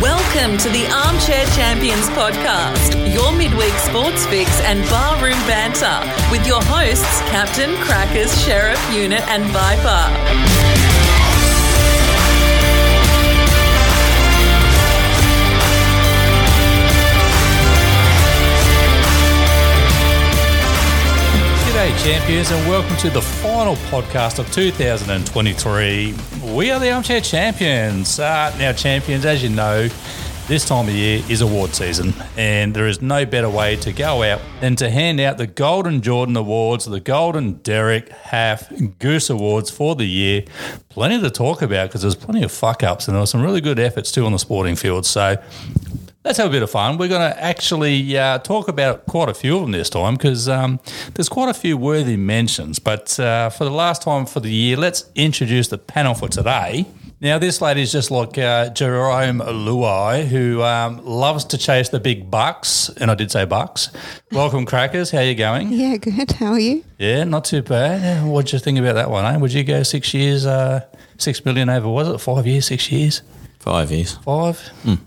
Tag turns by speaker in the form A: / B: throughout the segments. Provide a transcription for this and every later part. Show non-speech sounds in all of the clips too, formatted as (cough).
A: Welcome to the Armchair Champions podcast, your midweek sports fix and barroom banter with your hosts, Captain, Crackers, Sheriff, Unit, and Viper.
B: G'day, champions, and welcome to the final podcast of 2023. We are the Armchair Champions. Uh, now, champions, as you know, this time of year is award season, and there is no better way to go out than to hand out the Golden Jordan Awards, the Golden Derek Half Goose Awards for the year. Plenty to talk about because there's plenty of fuck ups, and there were some really good efforts too on the sporting field. So, Let's have a bit of fun. We're going to actually uh, talk about quite a few of them this time because um, there's quite a few worthy mentions. But uh, for the last time for the year, let's introduce the panel for today. Now, this lady is just like uh, Jerome Luai, who um, loves to chase the big bucks, and I did say bucks. Welcome, crackers. How you going?
C: Yeah, good. How are you?
B: Yeah, not too bad. Yeah, What'd you think about that one? Eh? Would you go six years, uh, six million over? Was it five years, six years,
D: Five years.
B: five?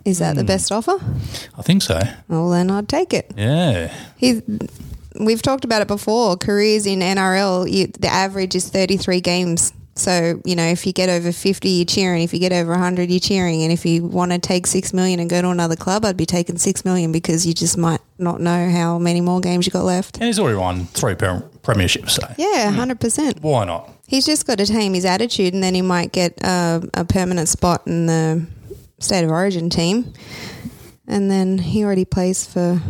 C: Is that the best offer?
B: I think so.
C: Well, then I'd take it.
B: Yeah.
C: He's, we've talked about it before. Careers in NRL, you, the average is 33 games. So, you know, if you get over 50, you're cheering. If you get over 100, you're cheering. And if you want to take 6 million and go to another club, I'd be taking 6 million because you just might not know how many more games you got left.
B: And he's already won three prem- premierships, so
C: Yeah, 100%.
B: why not? Uh,
C: He's just got to tame his attitude and then he might get uh, a permanent spot in the state of origin team. And then he already plays for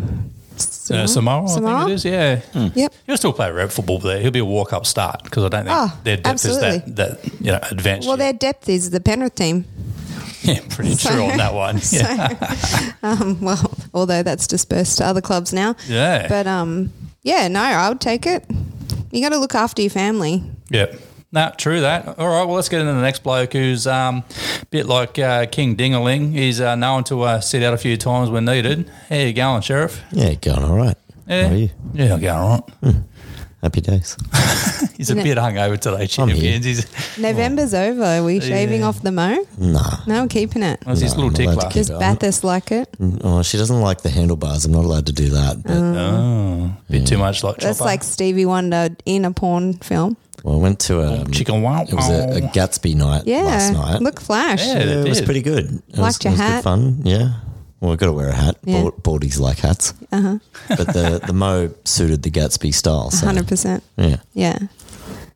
B: Uh, Samoa, I
C: Mm-hmm. Samoa?
B: think it is, yeah.
D: Hmm.
C: Yep.
B: He'll still play rep football there. He'll be a walk-up start because I don't think
C: Oh,
B: their depth
C: absolutely.
B: is that, that you know, advanced.
C: Well, their
B: yet.
C: depth is the Penrith team. (laughs)
B: yeah, (laughs) pretty
C: so-
B: true on that one. Yeah.
C: Um, well, although that's dispersed to other clubs now.
B: Yeah.
C: But um, yeah, no, I would take it. You got to look after your family.
B: Yep. Nah, true that. All right, well, let's get into the next bloke who's um, a bit like uh, King Dingaling. He's uh, known to uh, sit out a few times when needed. How you going, Sheriff?
D: Yeah, going all right.
B: Yeah.
D: How are you?
B: Yeah, I'm going all right. (laughs)
D: Happy days.
B: He's a
C: No.
B: bit hungover today, champions. He's,
C: November's over. Are we shaving off the mo?
D: (laughs) Nah.
C: No, I'm keeping it.
B: that's his
D: No,
B: little
D: I'm allowed to
B: tickler.
D: keep
C: Does
D: it on.
C: Bathurst like it?
D: Oh, she doesn't like the handlebars. I'm not allowed to do that. But, uh,
B: Oh, bit too much like
C: That's
B: chopper.
C: like Stevie Wonder in a porn film.
D: well, I went to a
B: Oh, chicken wow.
D: It was a, a Gatsby night
C: Yeah.
D: last night.
C: Look, Flash.
B: Yeah,
D: Yeah, it
B: it
D: was
B: did.
D: pretty good. It was,
C: Liked your
D: it was
C: hat?
D: good fun. Yeah. Well, I got to wear a hat.
C: Yeah.
D: Bald, baldies like hats. Uh-huh. but the the mo suited the Gatsby style. So
C: 100%.
D: yeah.
C: Yeah.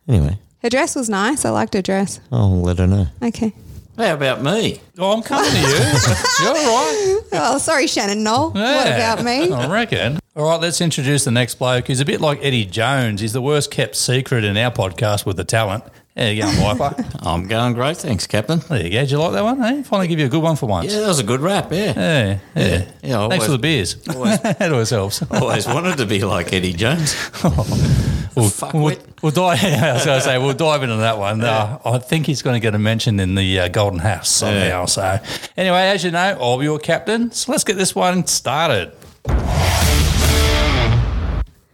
D: Anyway,
C: Her dress was nice. I liked her dress.
D: I'll let her know.
C: Okay.
D: How about me?
B: Oh, I'm coming to you.
E: (laughs)
B: You're all right.
C: Oh, sorry, Shannon Knoll. What
B: Yeah.
C: about me?
B: I reckon. All right, let's introduce the next bloke who's a bit like Eddie Jones. He's the worst kept secret in our podcast with the talent. There you go,
E: (laughs)
B: Wiper.
E: I'm going great, thanks, Captain.
B: there you go. Did you like that one? Eh? Finally give you a good one for once.
E: Yeah, that was a good rap. Yeah,
B: Yeah, yeah.
E: Yeah, always-
B: Thanks for the beers. (laughs)
E: always-
B: that always helps.
E: always wanted to be like Eddie Jones.
B: We'll,
E: Fuck
B: we'll,
E: wit.
B: we'll dive. (laughs) I was going to say we'll dive into that one. Uh, I think he's going to get a mention in the uh, Golden House somehow. So, anyway, as you know, I'll be your captain. So let's get this one started.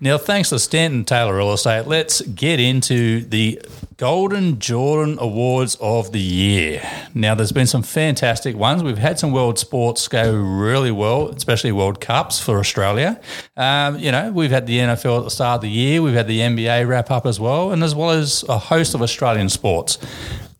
B: Now, thanks to Stanton Taylor Real Estate, let's get into the Golden Jordan Awards of the year. Now, there's been some fantastic ones. We've had some world sports go really well, especially World Cups for Australia. Um, you know, we've had the NFL at the start of the year, we've had the NBA wrap up as well, and as well as a host of Australian sports.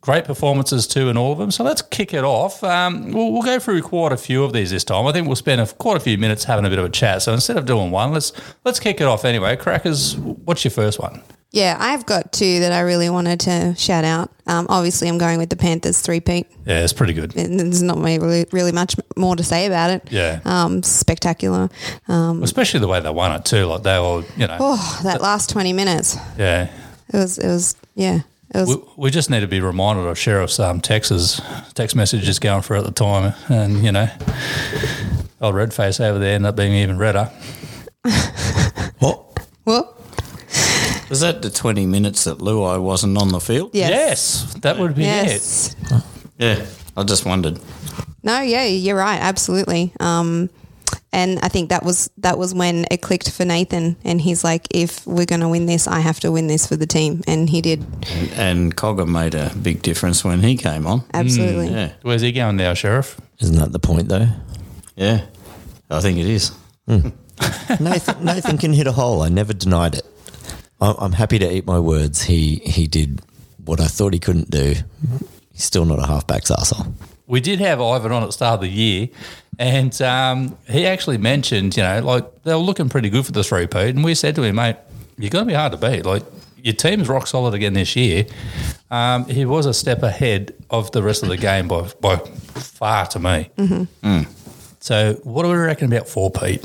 B: Great performances too in all of them. So let's kick it off. Um, we'll, we'll go through quite a few of these this time. I think we'll spend a, quite a few minutes having a bit of a chat. So instead of doing one, let's let's kick it off anyway. Crackers, what's your first one?
C: Yeah, I've got two that I really wanted to shout out. Um, obviously, I'm going with the Panthers three peat.
B: Yeah, it's pretty good.
C: There's not really, really much more to say about it.
B: Yeah.
C: Um, spectacular. Um,
B: Mm. Especially the way they won it too. Like they were, you know,
C: oh, that last 20 minutes.
B: yeah.
C: It was, it was, yeah. It was,
B: We, we just need to be reminded of Sheriff's um, Texas text messages going for at the time, and you know, old red face over there ended up being even redder.
D: What?
C: well,
E: Was that the 20 minutes that Luai wasn't on the field?
C: yes.
B: Yes, that would be it.
C: Yes.
E: Yeah, I just wondered.
C: No, yeah, you're right. Absolutely. Um, and I think that was that was when it clicked for Nathan, and he's like, "If we're going to win this, I have to win this for the team," and he did
E: And Cogger made a big difference when he came on.
C: absolutely.
E: Mm, Yeah.
B: Where's he going now, Sheriff?
D: (laughs) Isn't that the point though?
E: Yeah, I think it is.
D: Nathan, Nathan can hit a hole. I never denied it. I- I'm happy to eat my words. He he did what I thought he couldn't do. He's still not a halfback's arsehole.
B: we did have Ivan on at the start of the year, and um, he actually mentioned, you know, like they were looking pretty good for this repeat, and we said to him, mate, you're going to be hard to beat. Like your team's rock solid again this year. Um, he was a step ahead of the rest of the game by by far to me. So, what do we reckon about four Pete?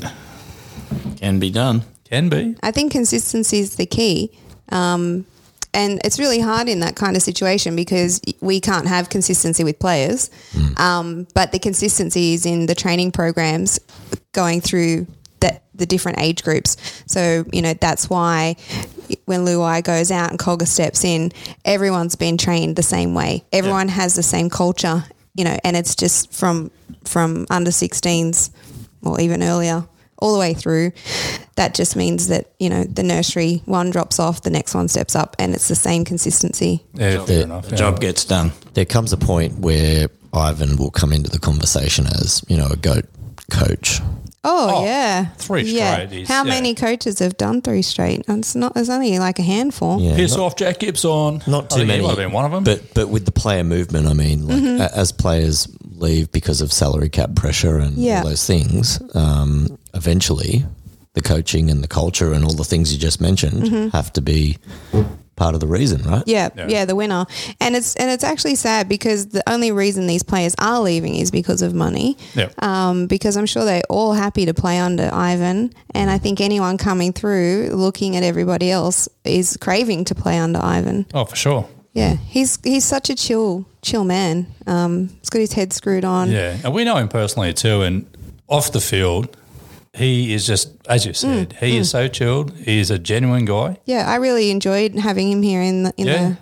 E: Can be done.
B: Can be.
C: I think consistency is the key. Um, and it's really hard in that kind of situation because we can't have consistency with players. Um, but the consistency is in the training programs going through the, the different age groups. So, you know, that's why when Luai goes out and Colga steps in, everyone's been trained the same way. Everyone has the same culture, you know, and it's just from from under 16s or even earlier all the way through. That just means that, you know, the nursery one drops off, the next one steps up, and it's the same consistency.
B: Yeah, fair enough.
E: The
B: yeah.
E: job gets done.
D: There comes a point where Ivan will come into the conversation as you know a goat coach.
C: Oh,
B: Oh,
C: yeah.
B: three
C: yeah.
B: straight is-
C: How
B: yeah.
C: many coaches have done three straight? It's not, there's only like a handful.
D: Yeah,
B: Piss
D: not-
B: off, Jack Gibson.
D: Not
B: I
D: too
B: think
D: many.
B: He might have been one of them.
D: But but with the player movement, I mean, like,
C: Mm-hmm.
D: a- as players leave because of salary cap pressure and
C: Yeah.
D: all those things, um, eventually the coaching and the culture and all the things you just mentioned have to be part of the reason, right?
C: Mm-hmm. Yeah,
B: Yeah.
C: yeah, the winner, and it's and it's actually sad because the only reason these players are leaving is because of money.
B: yeah.
C: Um, because I'm sure they're all happy to play under Ivan, and I think anyone coming through, looking at everybody else, is craving to play under Ivan.
B: oh, for sure.
C: Yeah, he's he's such a chill chill man. Um, he's got his head screwed on.
B: Yeah, and we know him personally too. And off the field, he is just as you said,
C: Mm,
B: he is so chilled. He is a genuine guy.
C: Yeah, I really enjoyed having him here in the in
B: Yeah.
C: the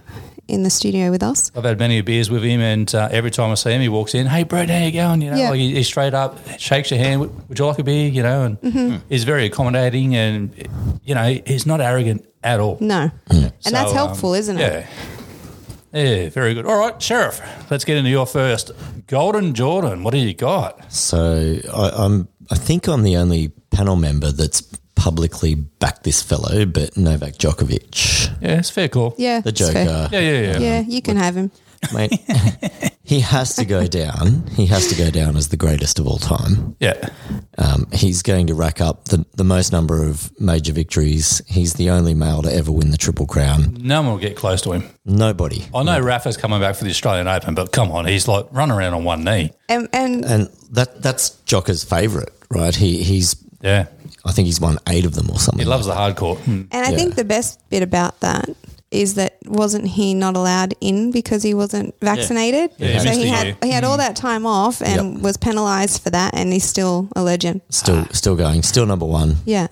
C: in the studio with us.
B: I've had many beers with him, and uh, every time I see him, he walks in. Hey, Brett, how you going? You know,
C: Yeah.
B: like he, he straight up shakes your hand. "Would- Would you like a beer? You know, and
C: Mm-hmm.
B: Mm. he's very accommodating, and you know, he's not arrogant at all.
C: No, and that's
B: So, um,
C: helpful, isn't it?
B: Yeah. Yeah, very good. All right, Sheriff, let's get into your first. Golden Jordan, what do you got?
D: So I, I'm, I think I'm the only panel member that's publicly backed this fellow, but Novak Djokovic,
B: Yeah, it's fair call.
C: Yeah,
D: the
C: it's fair.
D: Joker,
B: Yeah, yeah, yeah.
C: Yeah, you can have him.
D: mate, (laughs) he has to go down. He has to go down as the greatest of all time.
B: Yeah.
D: Um, he's going to rack up the, the most number of major victories. He's the only male to ever win the Triple Crown.
B: No one will get close to him.
D: Nobody.
B: I know Rafa's coming back for the Australian Open, but come on, he's like run around on one knee.
C: And and
D: And that that's Jocker's favourite, right? He he's
B: Yeah,
D: I think he's won eight of them or something.
B: he loves the hard court. Mm.
C: And I
D: Yeah.
C: think the best bit about that is that wasn't he not allowed in because he wasn't vaccinated?
B: Yeah, he
C: so
B: missed
C: he
B: a
C: had
B: year.
C: he had all that time off and
D: Yep.
C: was penalized for that and he's still a legend.
D: Still still going, still number one.
C: Yeah.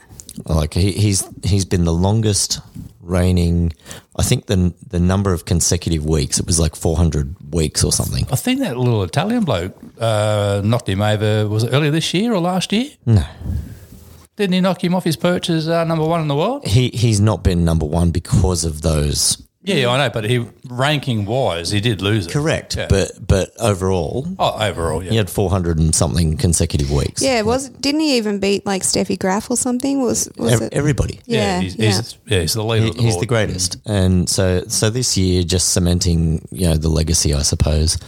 D: Like he, he's he's been the longest reigning I think the the number of consecutive weeks, it was like four hundred weeks or something.
B: I think that little Italian bloke uh, knocked him over. Was it earlier this year or last year?
D: No.
B: Didn't he knock him off his perch as uh, number one in the world?
D: He he's not been number one because of those
B: Yeah, yeah, I know, but he ranking wise, he did lose it.
D: Correct.
B: Yeah.
D: But but overall
B: oh, overall, yeah.
D: he had four hundred and something consecutive weeks.
C: Yeah, was didn't he even beat like Steffi Graf or something? Was was
D: Ev-
C: it
D: everybody.
C: Yeah.
B: he's,
C: yeah.
B: He's, yeah, he's the leader.
D: He-
B: of the
D: he's
B: board.
D: the greatest. And so, so this year, just cementing, you know, the legacy, I suppose.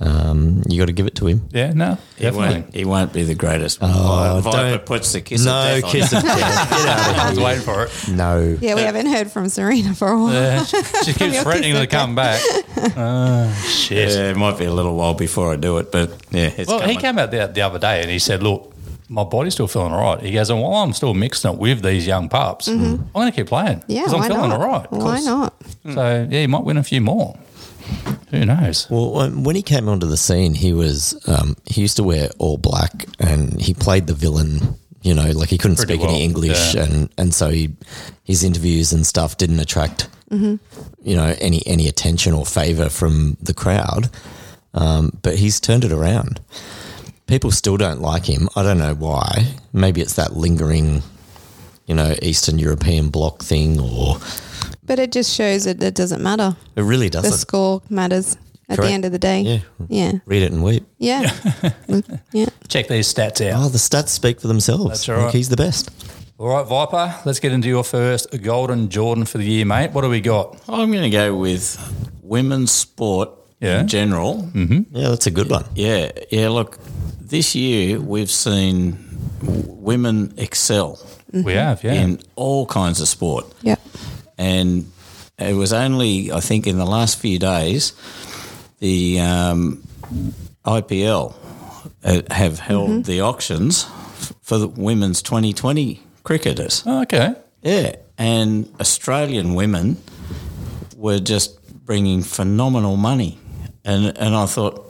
D: Um, you got to give it to him.
B: Yeah, no,
E: He
B: definitely.
E: (laughs) won't, he won't be the greatest.
D: Oh,
E: Viper
D: don't-
E: puts the kiss.
D: no
E: of death
D: kiss
E: On.
D: of
E: (laughs)
D: death. Get
B: I
D: out
B: was
D: of here.
B: waiting for it.
D: No.
C: Yeah, we haven't heard from Serena for a while.
B: Yeah, she, she keeps
C: your
B: threatening
C: kiss
B: to
C: of death.
B: come back.
C: (laughs)
B: Oh, shit.
E: Yeah, it might be a little while before I do it, but yeah, it's
B: Well,
E: coming.
B: he came out the, the other day and he said, "Look, my body's still feeling all right." He goes, "And while I'm still mixing it with these young pups, I'm going to keep playing
C: Yeah,
B: I'm
C: why
B: feeling
C: not?
B: all right."
C: Why not?
B: So yeah, he might win a few more. Who knows?
D: Well, um, when he came onto the scene, he was um, he used to wear all black, and he played the villain. You know, like he couldn't
B: Pretty
D: speak
B: well,
D: any English,
B: yeah.
D: and and so he, his interviews and stuff didn't attract, you know, any any attention or favor from the crowd. Um, but he's turned it around. People still don't like him. I don't know why. Maybe it's that lingering, you know, Eastern European bloc thing, or
C: But it just shows that it doesn't matter.
D: it really
C: The
D: doesn't.
C: score matters. at
D: Correct.
C: the end of the day.
D: Yeah.
C: Yeah.
D: Read it and weep.
C: Yeah. Mm, yeah.
B: Check these stats out.
D: Oh, the stats speak for themselves.
B: That's
D: I
B: all
D: think
B: right.
D: He's the best.
B: All right, Viper, let's get into your first Golden Jordan for the year, mate. What do we got?
E: I'm going to go with women's sport
B: Yeah.
E: in general.
D: Yeah, that's a good one.
E: Yeah, yeah. Look, this year we've seen w- women excel
B: We have, yeah.
E: in all kinds of sport,
C: Yeah.
E: and it was only I think in the last few days the um, IPL uh, have held
B: Mm-hmm.
E: the auctions f- for the women's 2020 cricketers.
B: Oh, okay.
E: Yeah, and Australian women were just bringing phenomenal money, and and I thought,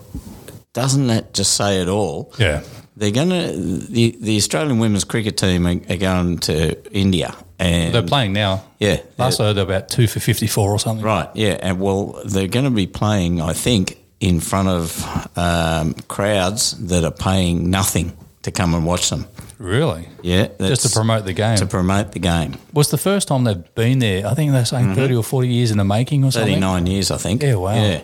E: doesn't that just say it all?
B: Yeah.
E: They're gonna the, the Australian women's cricket team are, are going to India, and
B: They're playing now.
E: yeah,
B: Last night they're about two for 54 or something.
E: Right, yeah, and well, they're going to be playing, I think, in front of um, crowds that are paying nothing to come and watch them.
B: Really?
E: Yeah,
B: Just to
E: that's-
B: promote the game.
E: to promote the game.
B: was the first time they've been there. I think they're saying 30 or 40 years in the making or something.
E: 39 years, I think.
B: Yeah, wow.
E: Yeah.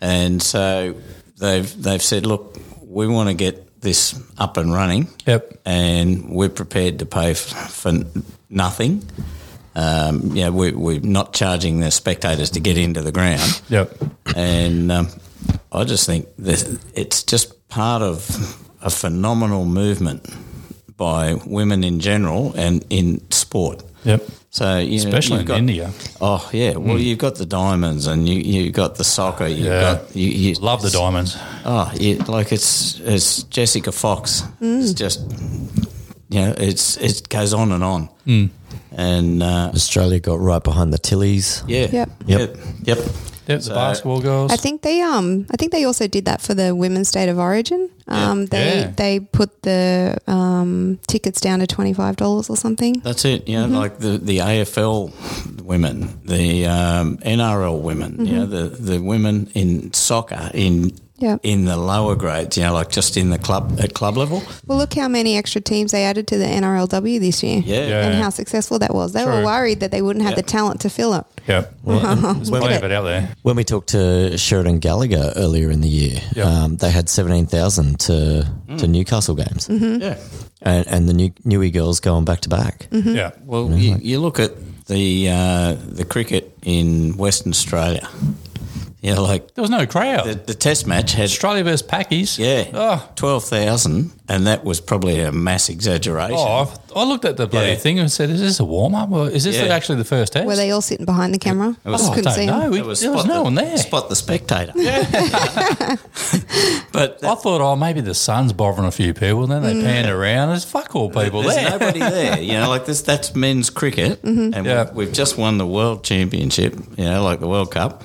E: And so they've they've said, look, we want to get this up and running.
B: Yep.
E: And we're prepared to pay f- for n- nothing. Um, yeah, we, we're not charging the spectators to get into the ground.
B: Yep.
E: and um, I just think this, it's just part of a phenomenal movement by women in general and in sport.
B: Yep.
E: So you know,
B: Especially
E: you've
B: in
E: got-
B: India. Hmm.
E: Oh yeah, well you've got the diamonds and you you got the soccer. You've
B: Yeah.
E: got you, you
B: Love the diamonds.
E: Oh, you, like it's it's Jessica Fox. It's just you know it's it goes on and on.
B: Hmm.
E: And uh,
D: Australia got right behind the Tillies.
E: yeah,
C: Yep.
E: yep, yep.
B: Yep, the basketball girls.
C: I think they um I think they also did that for the women's state of origin. Um they
B: Yeah.
C: they put the um tickets down to twenty five dollars or something.
E: That's it. You know, like the, the AFL women, the um, NRL women, you know, the, the women in soccer in
C: Yep.
E: in the lower grades, you know, like just in the club at club level.
C: Well look how many extra teams they added to the NRLW this year.
E: Yeah.
B: Yeah.
C: And how successful that was. They were
B: True.
C: worried that they wouldn't have
E: Yeah.
C: the talent to fill it.
B: Yep.
C: Mm-hmm.
B: There's plenty of it out there.
D: When we talked to Sheridan Gallagher earlier in the year,
B: Yeah.
D: um, they had 17,000 to to Newcastle games.
E: Yeah.
D: And, and the new, Newey girls going back to back.
C: Mm-hmm.
B: Yeah.
E: Well, you, you look at the uh, the cricket in Western Australia. Yeah, like
B: There was no crowd.
E: the, the test match had
B: Australia versus Pakis.
E: yeah
B: Oh,
E: twelve thousand, and that was probably a mass exaggeration.
B: oh I I looked at the bloody
E: Yeah.
B: thing and said, is this a warm up? Or is this
E: Yeah.
B: actually the first test?
C: Were they all sitting behind the camera? I
B: oh, I
C: couldn't
B: don't
C: see 'em.
B: know. We-
E: It
B: there was
E: spot
B: no
E: the-
B: one there.
E: Spot the spectator. (laughs) but
B: I thought, oh, maybe the sun's bothering a few people. And then they
C: Mm.
B: panned around. There's fuck all people
E: There's
B: there. (laughs)
E: nobody there. You know, like this. That's men's cricket, and
B: Yeah.
E: we've, we've just won the world championship. You know, like the World Cup,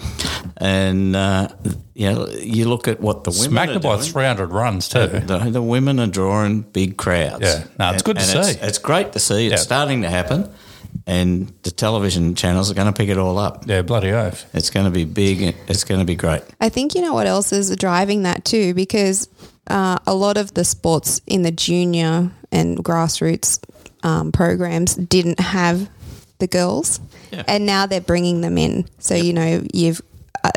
E: and uh, you know, you look at what the women
B: Smacked
E: are
B: it by
E: doing.
B: 300 runs, too.
E: The, the women are drawing big crowds.
B: Yeah. No, it's good to
E: it's,
B: see.
E: It's great to see. It's
B: Yeah.
E: starting to happen, and the television channels are going to pick it all up.
B: Yeah, bloody oath.
E: It's going to be big. It's going to be great.
C: I think you know what else is driving that too, because uh, a lot of the sports in the junior and grassroots um, programs didn't have the girls, and now they're bringing them in. So you know you've. Uh,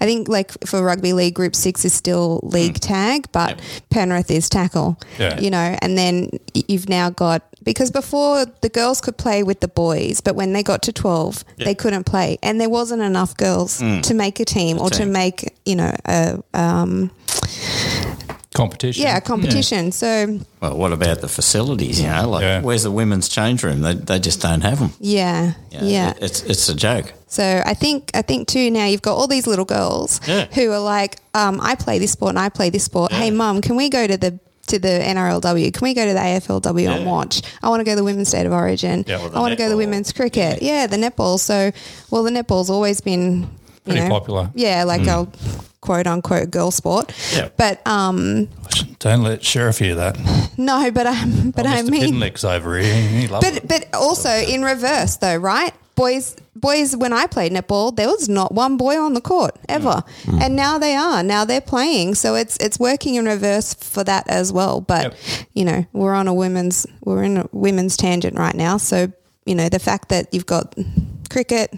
C: I think like for rugby league, group six is still league tag, but Penrith is tackle.
B: Yeah.
C: You know, and then y- you've now got because before the girls could play with the boys, but when they got to twelve, they couldn't play, and there wasn't enough girls to make Mm. a team or to
E: team.
C: make you know a um,
B: Competition.
C: yeah a competition. So
E: Well, what about the facilities? You know, like
B: Yeah.
E: where's the women's change room? They, they just don't have them.
C: yeah, yeah.
E: It's it's a joke.
C: So I think I think too now you've got all these little girls
E: Yeah.
C: who are like, um, I play this sport and I play this sport. Hey, mum, can we go to the to the NRLW? Can we go to the AFLW and watch? I want to go to the women's state of origin.
B: Yeah, or
E: the
C: I want to go to the
E: netball.
C: women's cricket. Yeah. the netball. So well, the netball's always been you
B: Pretty
C: know,
B: popular.
C: Yeah, like a quote unquote girl sport.
E: Yeah.
C: But um,
B: Don't let Sheriff hear that.
C: no, but I but I
B: Mr.
C: mean,
B: Pinlick's over here. He loves it.
C: but but also in reverse though, right? Boys boys when I played netball, there was not one boy on the court ever. And now they are. Now they're playing. So it's it's working in reverse for that as well. But
B: Yep.
C: you know, we're on a women's we're in a women's tangent right now. So, you know, the fact that you've got cricket,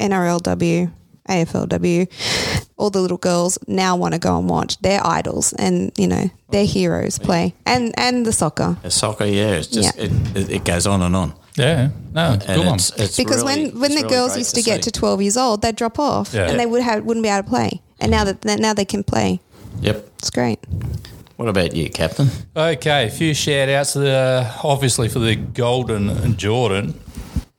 C: NRLW, AFLW, all the little girls now want to go and watch their idols and you know their heroes play and and the soccer
E: Uh, Soccer, yeah, it's just
C: Yeah.
E: It, it, it goes on and on.
B: Yeah, no,
E: And
B: good one.
E: it's, it's
C: because
E: really-
C: when when
E: it's
C: the
E: really
C: girls
E: great
C: used to, get
E: see.
C: to 12 years old they'd drop off
B: Yeah.
C: and they would have wouldn't be able to play and now that that now they can play
E: Yep.
C: it's great
E: What about you, Captain?
B: Okay, a few shout outs to the obviously for the Golden Jordan.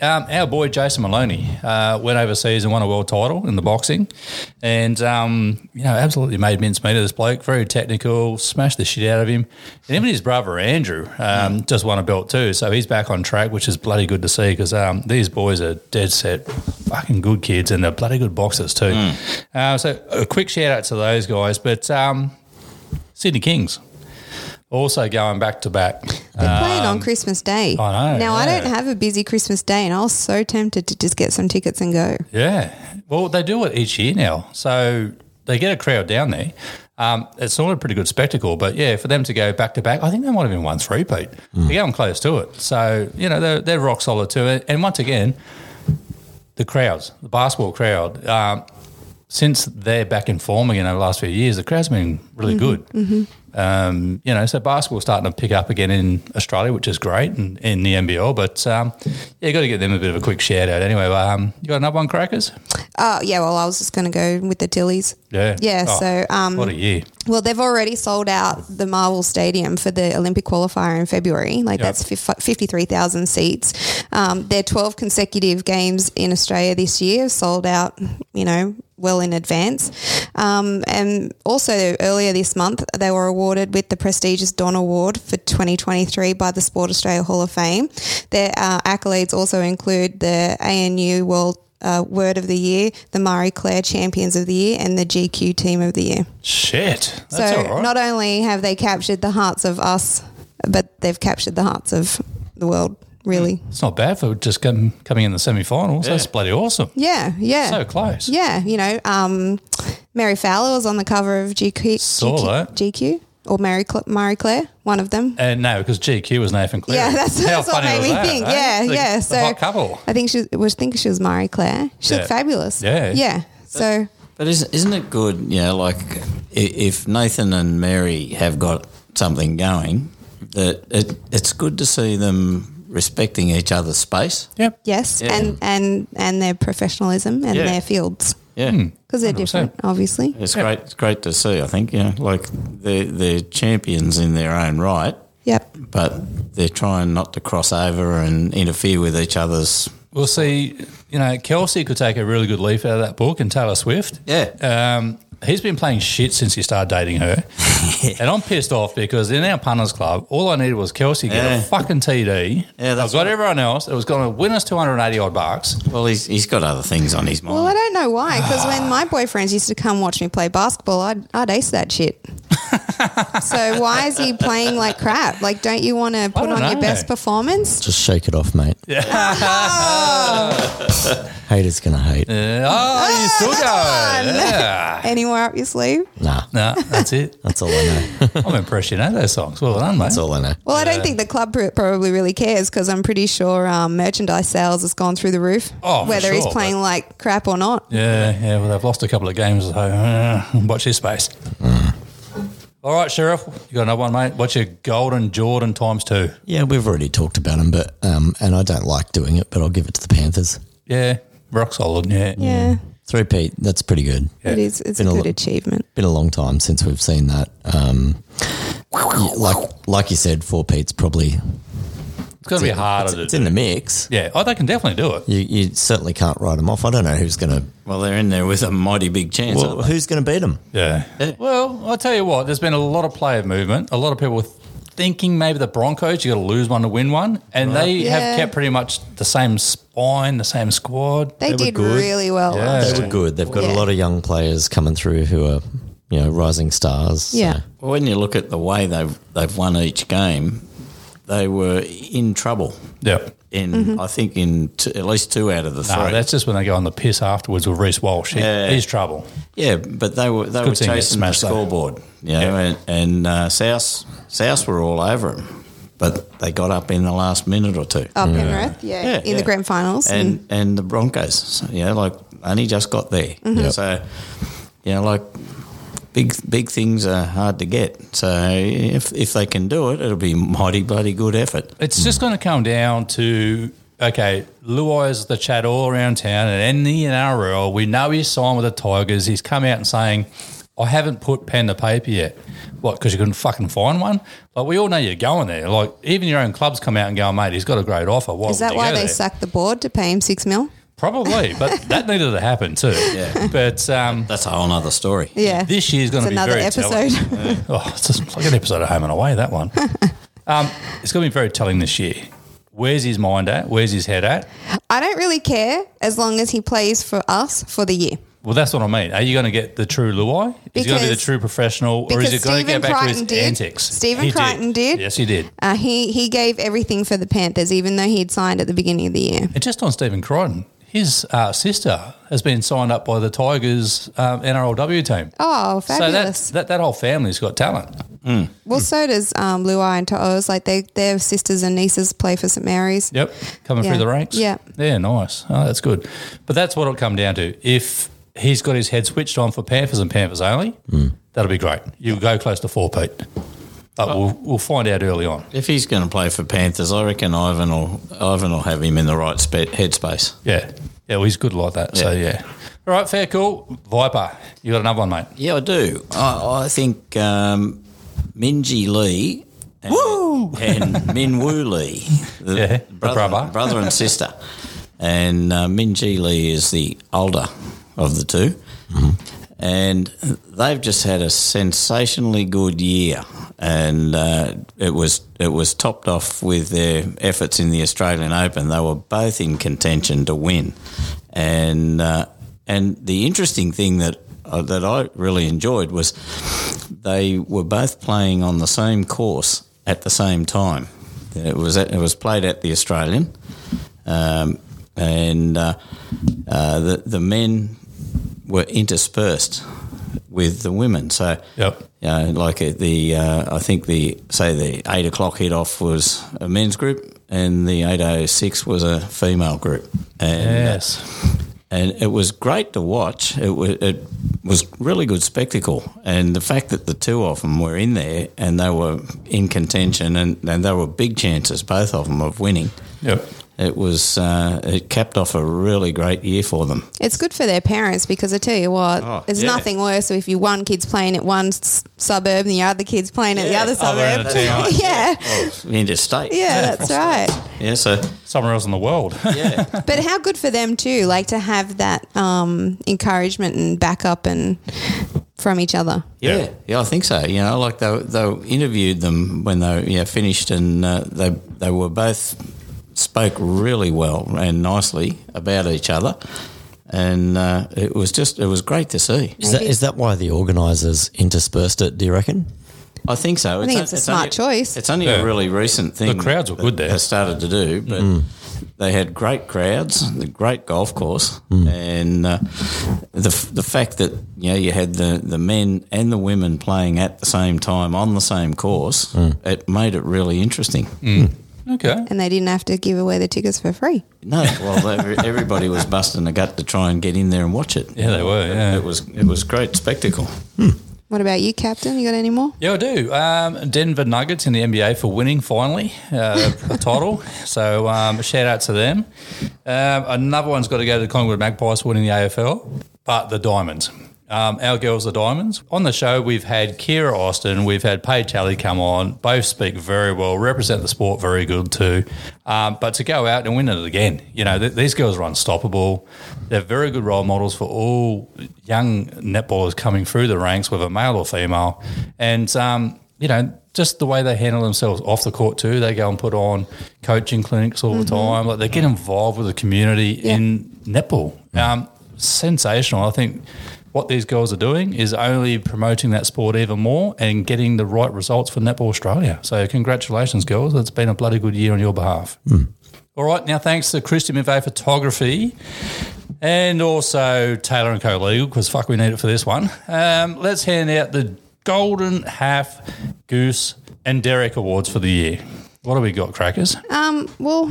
B: Um, our boy Jason Maloney uh, went overseas and won a world title in the boxing, and um, you know absolutely made mincemeat of this bloke. Very technical, smashed the shit out of him. And even his brother Andrew um, just won a belt too, so he's back on track, which is bloody good to see because um, these boys are dead set, fucking good kids, and they're bloody good boxers too. Uh, so a quick shout out to those guys, but um, Sydney Kings also going back to back.
C: they're playing on christmas day
B: Um, I know,
C: now i
B: yeah.
C: don't have a busy christmas day and i was so tempted to just get some tickets and go
B: Yeah. Well, they do it each year now. So they get a crowd down there. Um, it's not a pretty good spectacle, but yeah, for them to go back to back, I think they might have been one three peat. They're going close to it. So, you know, they're, they're rock solid to it. And once again, the crowds, the basketball crowd, um, since they're back in form again over the last few years, the crowd's been really good. Um, you know, so basketball's starting to pick up again in Australia, which is great, and in the NBL. But um, yeah, got to give them a bit of a quick shout out anyway. But, um, you got another one, Crackers?
C: oh yeah well i was just going to go with the tillies
B: Yeah.
C: yeah
B: Oh,
C: so um
B: what a year.
C: Well, they've already sold out the Marvel Stadium for the Olympic qualifier in February. Like
B: Yep.
C: that's fif- 53,000 seats. Um, their 12 consecutive games in Australia this year sold out, you know, well in advance. Um, and also earlier this month, they were awarded with the prestigious Don Award for 2023 by the Sport Australia Hall of Fame. Their uh, accolades also include the ANU World uh, Word of the Year, the Marie Claire Champions of the Year, and the GQ Team of the Year.
B: Shit. That's
C: So
B: all right.
C: not only have they captured the hearts of us, but they've captured the hearts of the world. Really?
B: it's not bad for just com- coming in the semi finals. That's bloody awesome.
C: Yeah, yeah,
B: So close.
C: yeah. You know, um, Mary Fowler was on the cover of GQ,
B: Saw
C: GQ,
B: that.
C: GQ or Mary Cl- Marie Claire, one of them.
B: And no, because GQ was Nathan Cleary.
C: Yeah, (laughs) that's-
B: How
C: that's what
B: funny
C: made
B: was
C: me
B: that,
C: think.
B: eh?
C: Yeah,
B: The-
C: yeah,
B: the
C: so-
B: hot couple.
C: I think she was, was think she was Marie Claire. She
B: Yeah.
C: looked fabulous.
B: Yeah.
C: yeah. So
E: But isn't, isn't it good, you know, like i- if Nathan and Mary have got something going, that it, it's good to see them respecting each other's space.
B: Yep.
C: yes,
E: Yeah.
C: and and and their professionalism and
E: Yeah.
C: their fields
E: Yeah.
C: because they're
B: 100%.
C: different, obviously.
E: It's great. It's great to see. I think you know, like they're they're champions in their own right,
C: Yep.
E: but they're trying not to cross over and interfere with each other's.
B: We'll see. You know, Kelsey could take a really good leaf out of that book and Taylor Swift.
E: Yeah.
B: Um, he's been playing shit since he started dating her. and I'm pissed off because in our punters club, all I needed was Kelsey get
E: Yeah.
B: a fucking TD.
E: Yeah, that's
B: I've got
E: right.
B: everyone else. It was going to win us 280 odd bucks.
E: Well, he's he's got other things on his mind.
B: Oh.
C: Well, I don't know why, because
B: (sighs)
C: when my boyfriends used to come watch me play basketball, I'd, I'd ace
B: (laughs)
C: that shit. so why is he playing like crap? Like, don't you want to put
B: don't
C: on your
B: know.
C: best performance?
D: Just shake it off, mate. (laughs) Haters gonna hate.
B: Oh, you still go.
C: Anywhere up your sleeve?
D: Nah,
B: No, that's it.
D: that's all I know.
B: I'm impressed you know those songs. Well done, mate.
D: That's all I know.
C: Well, I don't think the club pr- probably really cares because I'm pretty sure um, merchandise sales has gone through the roof.
B: Oh, for
C: whether he's
B: sure,
C: playing
B: but-
C: like crap or not.
B: Yeah, yeah. Well, they've lost a couple of games, so uh, watch this space. All right, Sheriff, you got another one, mate. What's your golden Jordan times two?
D: Yeah, we've already talked about them, but um, and I don't like doing it, but I'll give it to the Panthers.
B: Yeah, rock solid. Yeah,
C: Yeah,
D: Three Pete, that's pretty good.
C: it is. It's
D: Been
C: a
D: a
C: good
D: lo-
C: achievement.
D: Been a long time since we've seen that. Um, yeah, like like you said, four Pete's probably
B: it's going to be harder
D: It's,
B: to
D: it's
B: do.
D: in the mix.
B: yeah, oh, they can definitely do it.
D: You, you certainly can't write them off. I don't know who's going to
E: Well, they're in there with a mighty big chance.
D: well,
E: aren't
D: who's going to beat them.
B: Yeah. Uh, Well, I'll tell you what. There's been a lot of player movement. A lot of people thinking maybe the Broncos you got to lose one to win one, and they
C: Yeah.
B: have kept pretty much the same spine, the same squad.
C: They,
D: They were
C: did
D: good.
C: really well. uh,
B: Yeah.
C: last
D: They were
C: year.
D: good. They've got
C: Yeah.
D: a lot of young players coming through who are you know rising stars. so-
C: Yeah.
E: they? Well, when you look at the way they've they've won each game, they were in trouble.
B: Yeah.
E: In I think in t- at least two out of the
B: No,
E: three.
B: Ah, that's just when they go on the piss afterwards with Reese Walsh. He-
E: Yeah.
B: He's trouble.
E: Yeah, but they were they
B: good
E: were
B: seeing you
E: chasing the
B: smash that.
E: scoreboard, you know, and, and uh, South South were all over them, but they got up in the last minute or two.
C: Oh, Penrith, yeah,
E: Yeah,
C: in
E: yeah.
C: the grand finals,
E: and and the Broncos, you know, like only just got there. So, you know, like big big things are hard to get. So if if they can do it, it'll be mighty bloody good effort.
B: It's just going to come down to okay, Luai is the chat all around town, and in the NRL, we know he's signed with the Tigers. He's come out and saying, "I haven't put pen to paper yet." What? Because you couldn't fucking find one? Like we all know you're going there. Like even your own clubs come out and go, "Mate, he's got a great offer." Why
C: Is
B: would
C: that
B: you
C: why
B: go
C: they
B: there?"
C: sacked the board to pay him six mil?
B: Probably,
C: (laughs)
B: but that needed to happen too.
E: Yeah.
B: But um,
E: That's a whole other story.
C: Yeah.
B: this year's going to
C: it's
B: be
C: another
B: very telling.
C: episode.
B: (laughs) Oh, it's just like an episode of Home and Away, that
C: (laughs)
B: one. um, it's going to be very telling this year. Where's his mind at? Where's his head at?
C: I don't really care as long as he plays for us for the year.
B: Well, that's what I mean. Are you going to get the true Luai? Is he going to be the
C: Because-
B: true professional, or is
C: because
B: he going to get
C: Stephen
B: back to
C: Crichton
B: his
C: did.
B: antics?
C: Stephen
B: He did.
C: Crichton did.
B: Yes, he did.
C: Uh, he he gave everything for the Panthers, even though he'd signed at the beginning of the year.
B: And just on Stephen Crichton, his uh, sister has been signed up by the Tigers um, NRLW team.
C: Oh,
B: so that,
C: fabulous!
B: that that whole family's got talent.
C: well, so does um, Luai and To'os. Like they, their sisters and nieces play for St Mary's.
B: Yep, coming
C: Yeah.
B: through the ranks.
C: Yeah.
B: yeah, nice. Oh, that's good. But that's what it'll come down to. If he's got his head switched on for Panthers and Panthers only, that'll be great. You'll go close to four, Pete. But we'll we'll find out early on.
E: If he's going to play for Panthers, I reckon Ivan will Ivan will have him in the right spe- headspace.
B: Yeah. Yeah, well, he's good like that. So, yeah. All right, fair, cool. Viper, you got another one, mate.
E: Yeah, I do. I, I think um, Minji Lee and, Woo! and Min Woo Lee, the
B: Yeah, the
E: brother,
B: brother.
E: brother and sister. And uh, Minji Lee is the older of the 2 And they've just had a sensationally good year. And uh, it was it was topped off with their efforts in the Australian Open. They were both in contention to win, and uh, and the interesting thing that uh, that I really enjoyed was they were both playing on the same course at the same time. It was at, it was played at the Australian, um, and uh, uh, the the men were interspersed with the women. So
B: Yep.
E: you know, like at the uh, I think the say the eight o'clock hit off was a men's group, and the eight oh six was a female group. And, uh,
B: Yes.
E: and it was great to watch. It was it was really good spectacle, and the fact that the two of them were in there and they were in contention, and, and they were big chances, both of them, of winning.
B: Yep.
E: It was uh, it capped off a really great year for them.
C: It's good for their parents because I tell you what,
E: Oh,
C: there's
E: yeah.
C: nothing worse if your one kid's playing at one s- suburb and the other kid's playing at the
E: Yeah.
C: other
B: Oh, they're in a
C: suburb.
B: town.
C: (laughs) yeah.
E: Interstate,
C: Yeah, that's right.
E: yeah. So
B: Somewhere else in the world. (laughs)
E: yeah,
C: But how good for them too, like to have that um, encouragement and backup and from each other.
E: Yeah, yeah, I think so. You know, like they they interviewed them when they yeah finished, and uh, they they were both spoke really well and nicely about each other, and uh, it was just it was great to see.
D: Is that, is that why the organisers interspersed it, do you reckon?
E: I think so. I
C: think it's a smart choice.
E: It's only
B: Yeah.
E: a really recent thing.
B: The crowds were
E: that
B: good there. Mm.
E: They started to do, but they had great crowds, the great golf course,
B: Mm.
E: and uh, the f- the fact that you know you had the, the men and the women playing at the same time on the same course,
B: Mm.
E: it made it really interesting.
B: okay.
C: And they didn't have to give away the tickets for free.
E: No, well, every- everybody was busting a gut to try and get in there and watch it.
B: Yeah, they were, yeah.
E: It was it was great spectacle.
C: What about you, Captain? You got any more?
B: Yeah, I do. Um, Denver Nuggets in the NBA for winning finally uh, a title. (laughs) So um, shout out to them. Um, another one's got to go to the Collingwood Magpies for winning the AFL, but the Diamonds. Um, our girls, the Diamonds. On the show, we've had Kira Austin, we've had Paige Talley come on. Both speak very well, represent the sport very good too. Um, but to go out and win it again, you know, th- these girls are unstoppable. They're very good role models for all young netballers coming through the ranks, whether male or female. And, um, you know, just the way they handle themselves off the court too. They go and put on coaching clinics all the time. Like they get involved with the community in netball. Um, sensational. I think what these girls are doing is only promoting that sport even more and getting the right results for Netball Australia. So congratulations, girls. It's been a bloody good year on your behalf. All right, now thanks to Christian Mivay Photography and also Taylor and Co Legal because fuck, we need it for this one. Um, let's hand out the Golden Half Goose and Derek Awards for the year. What do we got, crackers?
C: Um, well,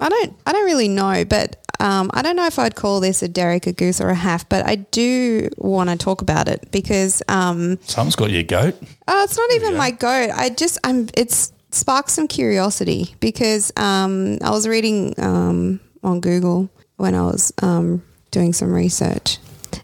C: I don't I don't really know, but um, I don't know if I'd call this a Derek, a goose, or a half, but I do want to talk about it because um,
B: Something's got your goat.
C: Oh, it's not even my goat. I just I'm it's sparked some curiosity because um, I was reading um, on Google when I was um, doing some research,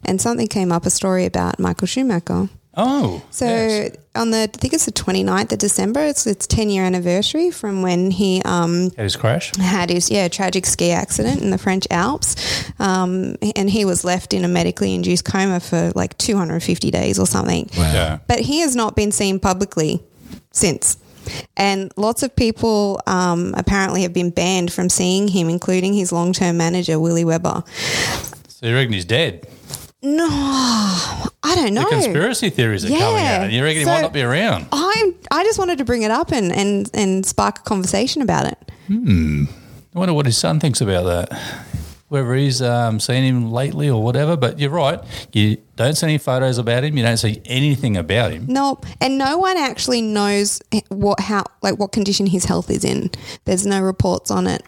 C: and something came up a story about Michael Schumacher.
B: Oh.
C: So
B: yes.
C: on the I think it's the 29th of December. It's its 10 year anniversary from when he um,
B: Had his crash.
C: had his yeah tragic ski accident in the French Alps, um, and he was left in a medically induced coma for like 250 days or something.
B: Yeah.
C: But he has not been seen publicly since. And lots of people um, apparently have been banned from seeing him, including his long term manager, Willie Weber.
B: So you reckon he's dead?
C: No, I don't know.
B: The conspiracy theories are coming
C: Yeah.
B: out. And you reckon
C: So-
B: he might not be around?
C: I'm, I just wanted to bring it up and, and, and spark a conversation about it.
B: I wonder what his son thinks about that. Whether he's um, seen him lately or whatever, but you're right. You don't see any photos about him. You don't see anything about him.
C: Nope. And no one actually knows what how like what condition his health is in. There's no reports on it.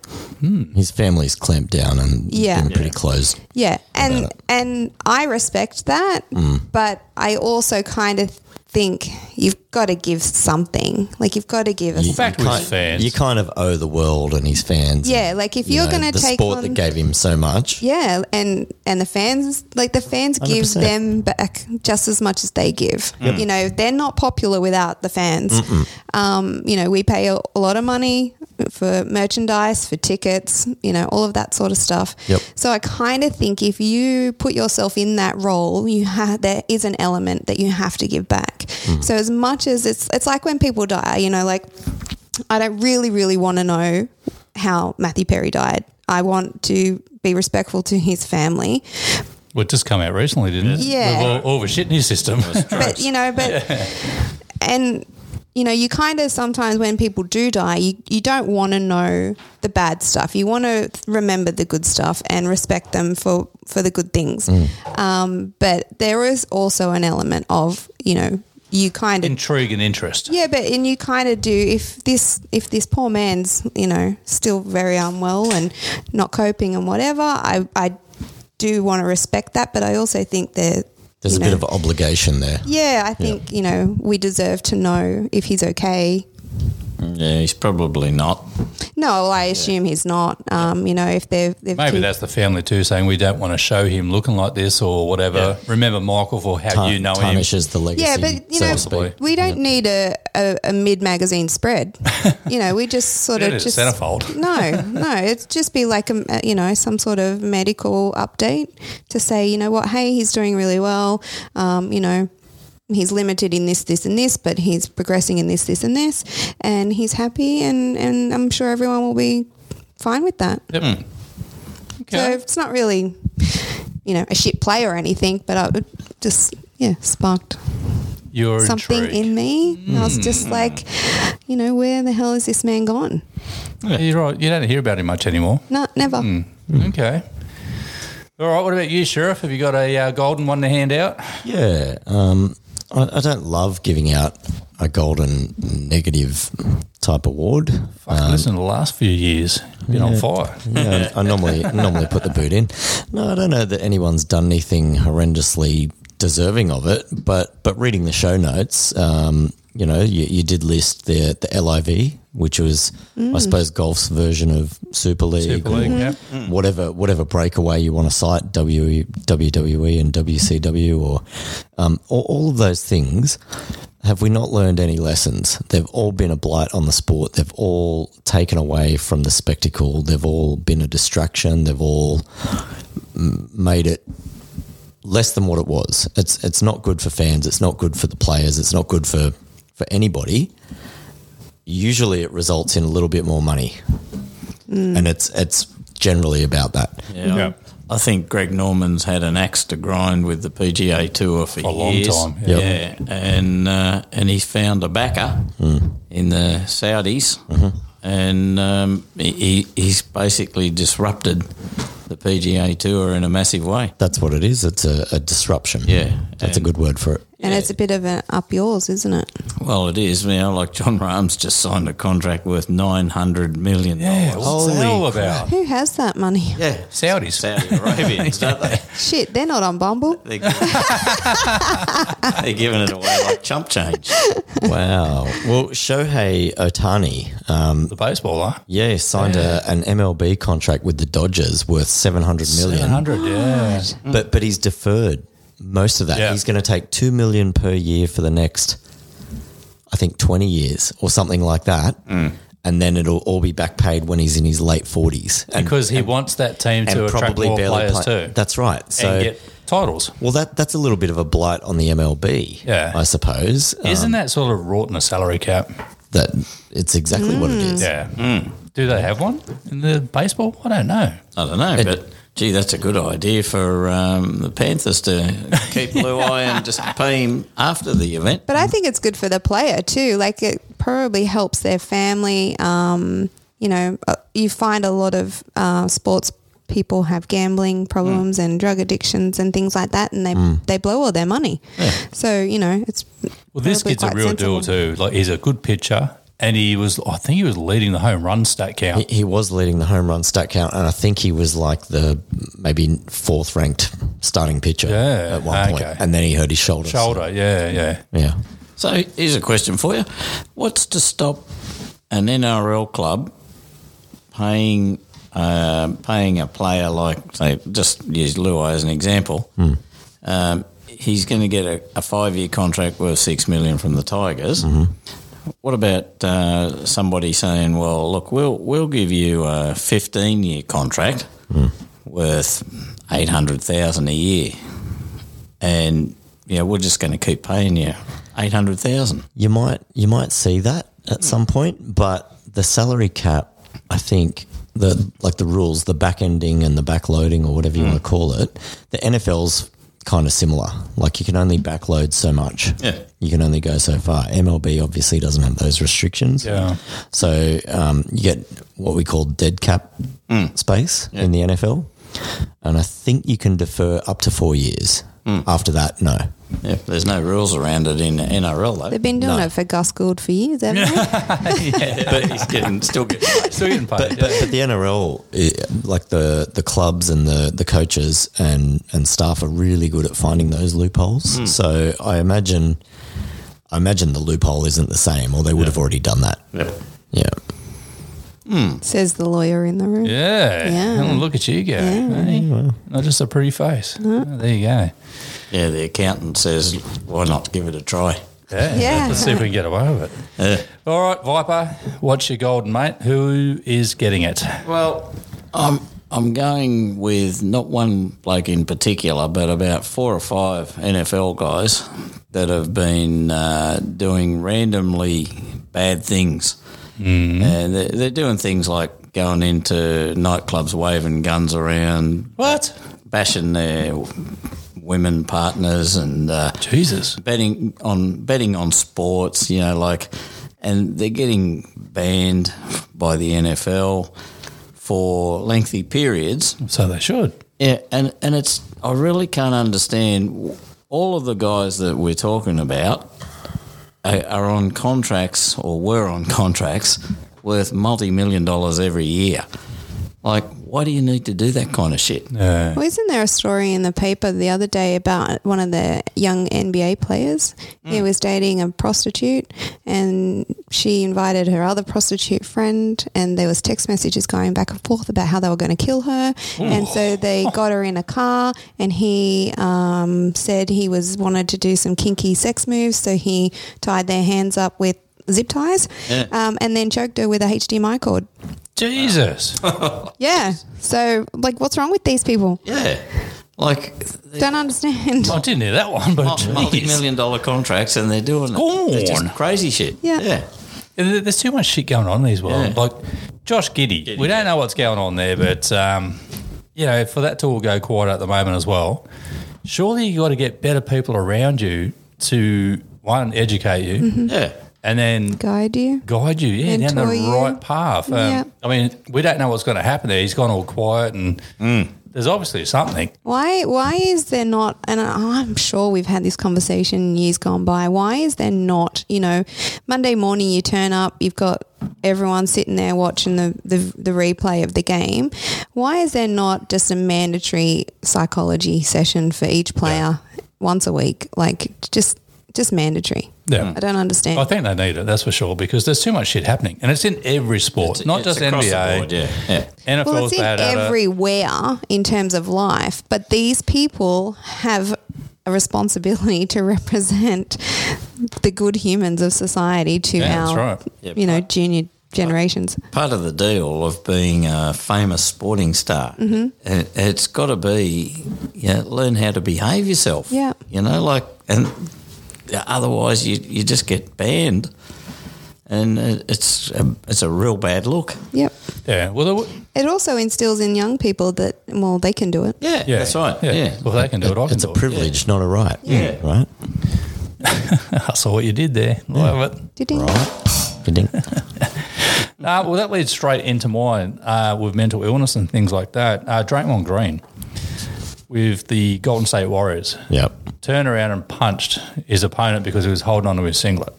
D: His family's clamped down and
C: Yeah.
D: been pretty close.
C: Yeah. And
D: About it.
C: and I respect that,
D: Mm.
C: but I also kind of think you've got to give something. Like you've got to give us
D: You-
B: Fact
D: you
B: with
D: kind-
B: fans.
D: You kind of owe the world and his fans.
C: Yeah, like if you're
D: know,
C: going to
D: the
C: take
D: sport
C: on
D: that gave him so much.
C: Yeah, and and the fans like the fans give
D: 100%.
C: them back just as much as they give. You know, they're not popular without the fans. Um, you know, we pay a, a lot of money for merchandise, for tickets, you know, all of that sort of stuff.
D: Yep.
C: So I kind of think if you put yourself in that role, you ha- there is an element that you have to give back. So as much as it's it's like when people die, you know, like I don't really, really want to know how Matthew Perry died. I want to be respectful to his family.
B: Well, it just come out recently, didn't it?
C: Yeah.
B: With all, all the shit in his system.
C: But, you know, but, and, you know, you kind of sometimes when people do die, you, you don't want to know the bad stuff. You want to remember the good stuff and respect them for, for the good things.
D: Mm.
C: Um, but there is also an element of, you know, you kind
B: (laughs)
C: of
B: Intrigue and interest.
C: Yeah, but and you kind of do if this if this poor man's you know still very unwell and not coping and whatever. I I do want to respect that, but I also think that
D: There's
C: you
D: a
C: know,
D: bit of obligation there.
C: yeah. I think you know we deserve to know if he's okay.
E: Yeah, he's probably not.
C: No, well, I assume he's not. Um, you know, if they've, they've
B: Maybe
C: too-
B: that's the family too saying we don't want to show him looking like this or whatever. Remember Michael for how
D: Tar-
B: you know him.
D: tarnishes the legacy.
C: yeah, but you
D: so
C: know
D: to speak.
B: Possibly.
C: we don't need a, a, a mid
B: (laughs)
C: magazine spread. you know, we just sort
B: It
C: of
B: is
C: just
B: centerfold.
C: (laughs) No, no. It'd just be like a you know some sort of medical update to say you know what, hey, he's doing really well. Um, you know, he's limited in this, this, and this, but he's progressing in this, this, and this, and he's happy, and and I'm sure everyone will be fine with that.
B: Yep.
C: So
B: Okay.
C: it's not really you know a shit play or anything, but I would just yeah sparked
B: You're
C: something
B: intrigued.
C: in me. And I was just like, you know, where the hell is this man gone?
B: Yeah, You're right. You don't hear about him much anymore.
C: No, never.
D: Mm.
B: Okay. All right. What about you, Sheriff? Have you got a uh, golden one to hand out?
D: Yeah, um, I, I don't love giving out a golden negative type award.
B: Fuck, listen to the last few years. You've been on fire.
D: Um,
B: (laughs)
D: Yeah, I normally normally put the boot in. No, I don't know that anyone's done anything horrendously deserving of it. But but reading the show notes, um, you know, you, you did list the the LIV, which was
C: Mm.
D: I suppose golf's version of Super League,
B: Super
D: or
B: League, yeah.
D: Mm. whatever whatever breakaway you want to cite, W WWE and WCW, or um, all, all of those things. Have we not learned any lessons? They've all been a blight on the sport. They've all taken away from the spectacle. They've all been a distraction. They've all m- made it less than what it was. It's it's not good for fans. It's not good for the players. It's not good for for anybody. Usually, it results in a little bit more money, and it's it's generally about that.
E: Yeah.
B: Yeah.
E: I think Greg Norman's had an axe to grind with the PGA Tour for
B: a long
E: years.
B: time,
E: Yeah,
B: yeah.
E: and uh, and he's found a backer
B: Hmm.
E: in the Saudis,
B: Mm-hmm.
E: and um, he- he, he's basically disrupted the PGA Tour in a massive way.
D: That's what it is. It's a, a disruption.
E: Yeah,
D: that's a
E: and-
D: good word for it.
C: And it's a bit of an up yours, isn't it?
E: Well, it is. You know, like John Rahm's just signed a contract worth $900 million.
B: Yeah, what's that
D: Mm-hmm. Holy
B: all about?
C: Who has that money?
E: Yeah.
B: Saudis.
E: Saudi Arabians, don't they?
C: (laughs) Shit, they're not on Bumble.
E: They're giving, they're giving it (laughs) away like chump change.
D: (laughs) Wow. Well, Shohei Otani, um,
B: The baseballer.
D: yeah, signed A, an MLB contract with the Dodgers worth 700 million.
B: 700, yeah.
D: But but he's deferred most of that.
B: Yeah.
D: He's going to take 2 million per year for the next I think 20 years or something like that.
B: Mm.
D: And then it'll all be back paid when he's in his late 40s. And,
B: Because he wants that team to attract more players
D: play-
B: too.
D: That's right. So
B: and get titles.
D: well that that's a little bit of a blight on the MLB,
B: Yeah.
D: I suppose. Uh,
B: Isn't that sort of wrought in a salary cap?
D: that it's exactly what it is.
B: Yeah. Mm. Do they have one in the baseball? I don't know.
E: I don't know, but gee, that's a good idea for um, the Panthers to keep Blue Eye and just pay him after the event.
C: But I think it's good for the player too. Like it probably helps their family. Um, you know, uh, you find a lot of uh, sports people have gambling problems and drug addictions and things like that, and they they blow all their money. So you know, it's
B: Well, this
C: probably
B: kid's a
C: quite
B: real
C: sensible.
B: deal too. Like he's a good pitcher, and he was. I think he was leading the home run stat count.
D: He was leading the home run stat count, and I think he was like the maybe fourth ranked starting pitcher
B: Yeah,
D: at one point.
B: okay.
D: And then he hurt his shoulder. so-
B: Shoulder, yeah, yeah.
D: Yeah.
E: So here's a question for you: What's to stop an NRL club paying um paying a player like say just use Luai as an example? Um, he's going to get a, a five year contract worth six million from the Tigers. What about uh, somebody saying, "Well, look, we'll we'll give you a fifteen year contract worth eight hundred thousand a year." and you know, we're just going to keep paying you eight hundred thousand.
D: You might you might see that at some point, but the salary cap, I think the like the rules, the back ending and the backloading or whatever you want to call it, the NFL's kind of similar. Like you can only backload so much.
E: Yeah.
D: You can only go so far. MLB obviously doesn't have those restrictions.
B: (laughs) Yeah.
D: So um, you get what we call dead cap space in the NFL. And I think you can defer up to four years. After that, no.
E: Yeah, there's no rules around it in NRL though.
C: they've been doing it for Gus Gould for years, haven't they?
E: but he's getting still getting. paid.
B: Still getting paid.
D: (laughs) But, but, but the NRL, eh, like the, the clubs and the, the coaches and, and staff are really good at finding those loopholes.
E: Hmm.
D: So I imagine, I imagine the loophole isn't the same, or they would have already done that. Yeah,
C: Says the lawyer in the room.
B: yeah.
C: Yeah.
B: Oh, look at you go. hey? Not just a pretty face. Oh, there you go.
E: (laughs) Yeah, the accountant says, "Why not give it a try?"
B: Yeah.
C: Yeah.
B: Let's see if we can get away with it. All right, Viper, what's your golden mate? Who is getting it?
E: Well, I'm I'm going with not one bloke in particular, but about four or five NFL guys that have been uh, doing randomly bad things, and they're, they're doing things like going into nightclubs, waving guns around,
B: What?
E: bashing their women partners, and uh,
B: Jesus.
E: betting on betting on sports, you know, like, and they're getting banned by the NFL for lengthy periods.
B: So they should.
E: Yeah, and and it's I really can't understand all of the guys that we're talking about are, are on contracts or were on contracts worth multi million dollars every year. Like, why do you need to do that kind of shit?
C: Well, isn't there a story in the paper the other day about one of the young NBA players? He was dating a prostitute, and she invited her other prostitute friend, and there was text messages going back and forth about how they were going to kill her, and so they got her in a car, and he um, said he was wanted to do some kinky sex moves, so he tied their hands up with zip ties,
E: Yeah.
C: um, and then choked her with a HDMI cord.
B: Jesus.
C: Yeah. So, like, what's wrong with these people?
E: Yeah, like
C: Don't understand.
B: I didn't hear that one, but
E: multi-
B: jeez.
E: multi-million dollar contracts, and they're doing it. They're
B: Gone.
E: just crazy shit.
C: Yeah.
E: yeah.
B: There- There's too much shit going on in these world.
E: Yeah.
B: Like Josh Giddy, we don't know what's going on there, but um, you know, for that to all go quiet at the moment as well, surely you got to get better people around you to one educate you
E: Yeah.
B: and then
C: guide you.
B: guide you, yeah, down
C: Mm-hmm. Mentor
B: the
C: you.
B: right path. Um,
C: Yeah.
E: Mm.
B: I mean, we don't know what's going to happen there. He's gone all quiet and There's obviously something.
C: Why why is there not and I'm sure we've had this conversation years gone by. Why is there not, you know, Monday morning you turn up, you've got everyone sitting there watching the, the, the replay of the game. Why is there not just a mandatory psychology session for each player once a week? Like just just mandatory.
B: Yeah.
C: I don't understand.
B: I think they need it, that's for sure, because there's too much shit happening. And it's in every sport, not
E: It's
B: just
E: across the
B: NBA.
E: board, yeah. yeah.
B: NFL's
C: Well, it's in
B: bad at it.
C: everywhere in terms of life, but these people have a responsibility (laughs) to represent the good humans of society to
B: Yeah, that's
C: our,
B: right.
E: Yeah,
C: you know, junior generations.
E: Part of the deal of being a famous sporting star,
C: Mm-hmm.
E: it, it's got to be, you know, learn how to behave yourself.
C: Yeah.
E: You know, like, and otherwise you, you just get banned. And it- it's a, it's a real bad look.
C: Yep.
B: Yeah. Well, there, w-
C: It also instills in young people that well, they can do it.
E: Yeah,
B: yeah.
E: that's right. Yeah.
B: Well, they can do it. I can
D: It's a
B: do it.
D: privilege, not a right.
E: Yeah.
D: Right?
B: I saw what you did there. Love it.
C: Did you?
E: (laughs)
D: Ding.
B: Uh, well, that leads straight into mine uh, with mental illness and things like that. Uh, Draymond Green with the Golden State Warriors
D: Yep.
B: turned around and punched his opponent because he was holding on to his singlet.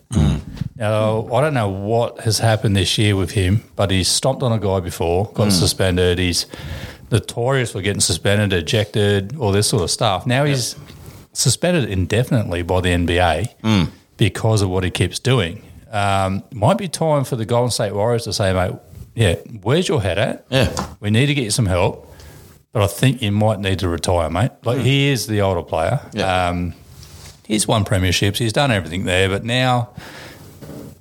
B: Now, I don't know what has happened this year with him, but he's stomped on a guy before, got suspended. He's notorious for getting suspended, ejected, all this sort of stuff. Now he's suspended indefinitely by the NBA because of what he keeps doing. Um, might be time for the Golden State Warriors to say, mate, yeah, where's your head at?
E: Yeah.
B: We need to get you some help, but I think you might need to retire, mate. Like
D: Hmm.
B: he is the older player.
E: Yeah.
B: Um, he's won premierships. He's done everything there, but now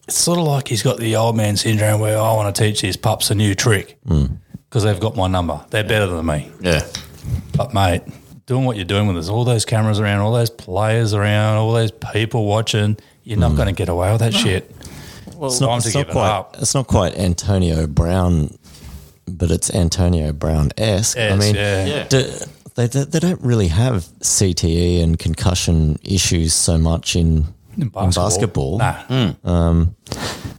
B: it's sort of like he's got the old man syndrome where I want to teach these pups a new trick
D: Hmm.
B: because they've got my number. They're better than me.
E: Yeah.
B: But mate, doing what you're doing when there's all those cameras around, all those players around, all those people watching, you're not going to get away with that shit.
D: it's
B: time
D: not,
B: to
D: Hmm. it's
B: give
D: not
B: it
D: quite.
B: up.
D: It's not quite Antonio Brown, but it's Antonio Brown esque. I
B: Yes,
D: mean,
B: yeah.
E: Yeah.
D: do- they, they they don't really have CTE and concussion issues so much in in basketball.
B: Nah.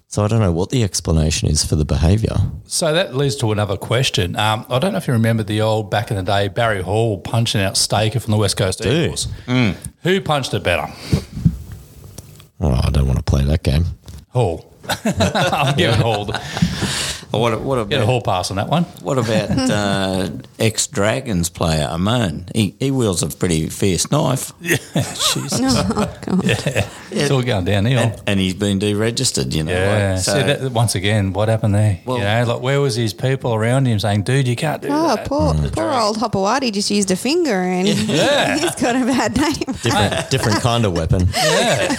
D: So I don't know what the explanation is for the behaviour.
B: So that leads to another question. Um, I don't know if you remember the old back in the day Barry Hall punching out Staker from the West Coast Eagles.
E: Mm.
B: Who punched it better?
D: Oh, I don't want to play
B: (laughs)
D: that game.
B: Hall. I'm giving Hall the-
E: What, what
B: get a
E: about
B: Hall pass on that
E: (laughs)
B: one.
E: what
B: (laughs)
E: about uh, ex Dragons player Amon? He, he wields a pretty fierce knife,
C: (laughs) Oh god.
B: It's all going downhill.
E: and, and he's been deregistered. You know,
B: yeah.
E: like, so-
B: See, that, once again, what happened there?
E: Well-
B: you know, like where was his people around him saying, "Dude, you can't do
C: Oh,
B: that."
C: poor, poor old Hopawati just used a finger and (laughs) he's got a bad
B: (laughs)
C: name.
D: Different, different kind of weapon.
B: Yeah.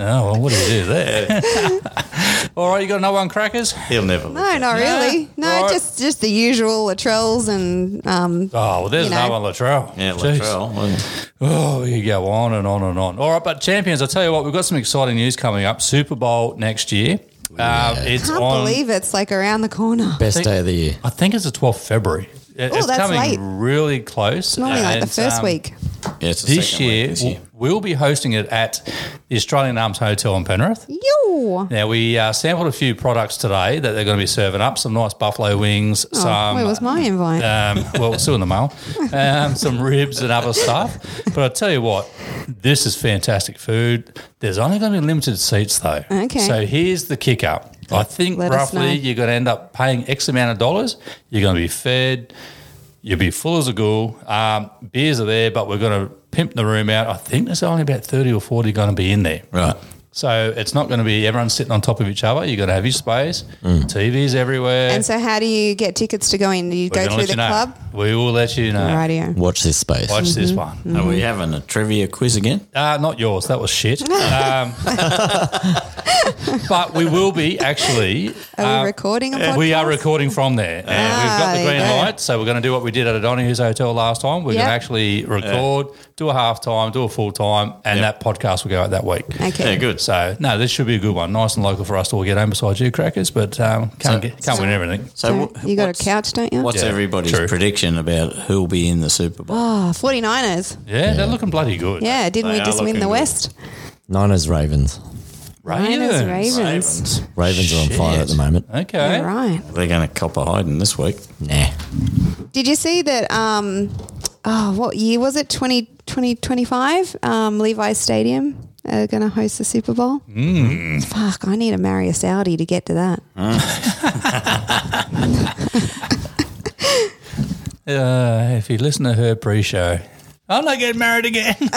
B: oh well, what do you do
C: (laughs)
B: there? (laughs) all right, you got another one, crackers.
E: he'll never.
C: No, not really. No,
B: Right.
C: just just the usual Latrells and um,
B: Oh, well, there's
C: You know.
B: another one, Latrell.
E: Yeah,
B: Jeez.
E: Latrell. well,
B: Oh, you go on and on and on. All right, but champions, I tell you what, we've got some exciting news coming up. Super Bowl next year. Uh, it's
C: can't
B: on.
C: believe it's like around the corner.
D: Best day of the year.
B: I think it's the twelfth Februally. It-
C: Oh,
B: it's
C: that's
B: coming
C: late.
B: really close.
C: It's normally like the
B: And,
C: first
B: um,
C: week.
E: yeah, it's the
B: This
E: second week
B: year,
E: this year.
B: we'll be hosting it at the Australian Arms Hotel in Penrith.
C: Yo. Oh,
B: Now, we uh, sampled a few products today that they're going to be serving up some nice buffalo wings,
C: Oh,
B: some
C: where was my invite?
B: um, well, it's still in the mail. Um, some ribs and other stuff. But I tell you what, this is fantastic food. There's only going to be limited seats though.
C: Okay.
B: So here's the kick up. I think
C: Let us know.
B: roughly you're going to end up paying X amount of dollars. You're going to be fed. You'll be full as a ghoul. Um, beers are there, but we're going to pimp the room out. I think there's only about 30 or 40 going to be in there.
E: right?
B: So it's not going to be everyone sitting on top of each other. You're going to have your space. TVs everywhere.
C: and so, how do you get tickets to go in? Do you
B: We're
C: go
B: gonna
C: through
B: let
C: the
B: you know.
C: club?
B: We will let you know.
C: Radio.
D: Watch this space.
B: Watch this one.
C: Mm-hmm.
E: Are we having a trivia quiz again?
B: Uh, not yours. That was shit. Um, but we will be actually.
C: Are we recording a podcast?
B: We are recording from there. And we've got
C: Ah,
B: the green
C: yeah.
B: light. So we're going to do what we did at O'Donoghue's Hotel last time. We're going
C: Yep.
B: to actually record, do a half time, do a full time, and
E: Yep.
B: that podcast will go out that week.
C: Okay.
E: Yeah, good.
B: So, no, this should be a good one. Nice and local for us to all get home besides you, crackers, but um, can't,
E: So-
B: get, can't win everything.
E: So
C: you got a
E: what's-
C: couch, don't you?
E: What's
B: Yeah,
E: everybody's
B: true.
E: prediction about who'll be in the Super Bowl?
C: Oh, 49ers.
B: Yeah, they're looking bloody good.
C: Yeah, didn't
E: They
C: we
E: are
C: just win
E: looking
C: the
E: good.
C: West?
D: Niners Ravens.
C: Niners, Ravens.
E: Ravens.
D: Ravens are on fire at the moment.
B: Okay.
C: All right.
E: They're going to cop a hiding this week.
D: Nah.
C: Did you see that? Um, oh, what year was it? 20, 2025? Um, Levi's Stadium are going to host the Super Bowl. Fuck, I need to marry a Saudi to get to that.
B: Uh, if you listen to her pre-show, I'm not getting married again. (laughs)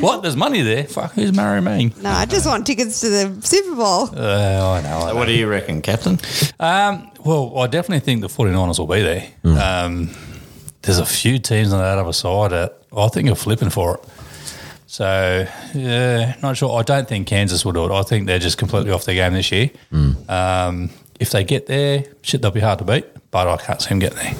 B: what? There's money there. Fuck, who's marrying me?
C: No, I just want tickets to the Super Bowl.
B: Uh, I know. I know.
E: What do you reckon, Captain?
B: Um, well, I definitely think the 49ers will be there. Um, there's a few teams on that other side that I think are flipping for it. So, yeah, not sure. I don't think Kansas will do it. I think they're just completely off their game this year. Um, if they get there, shit, they'll be hard to beat, but I can't see them getting there.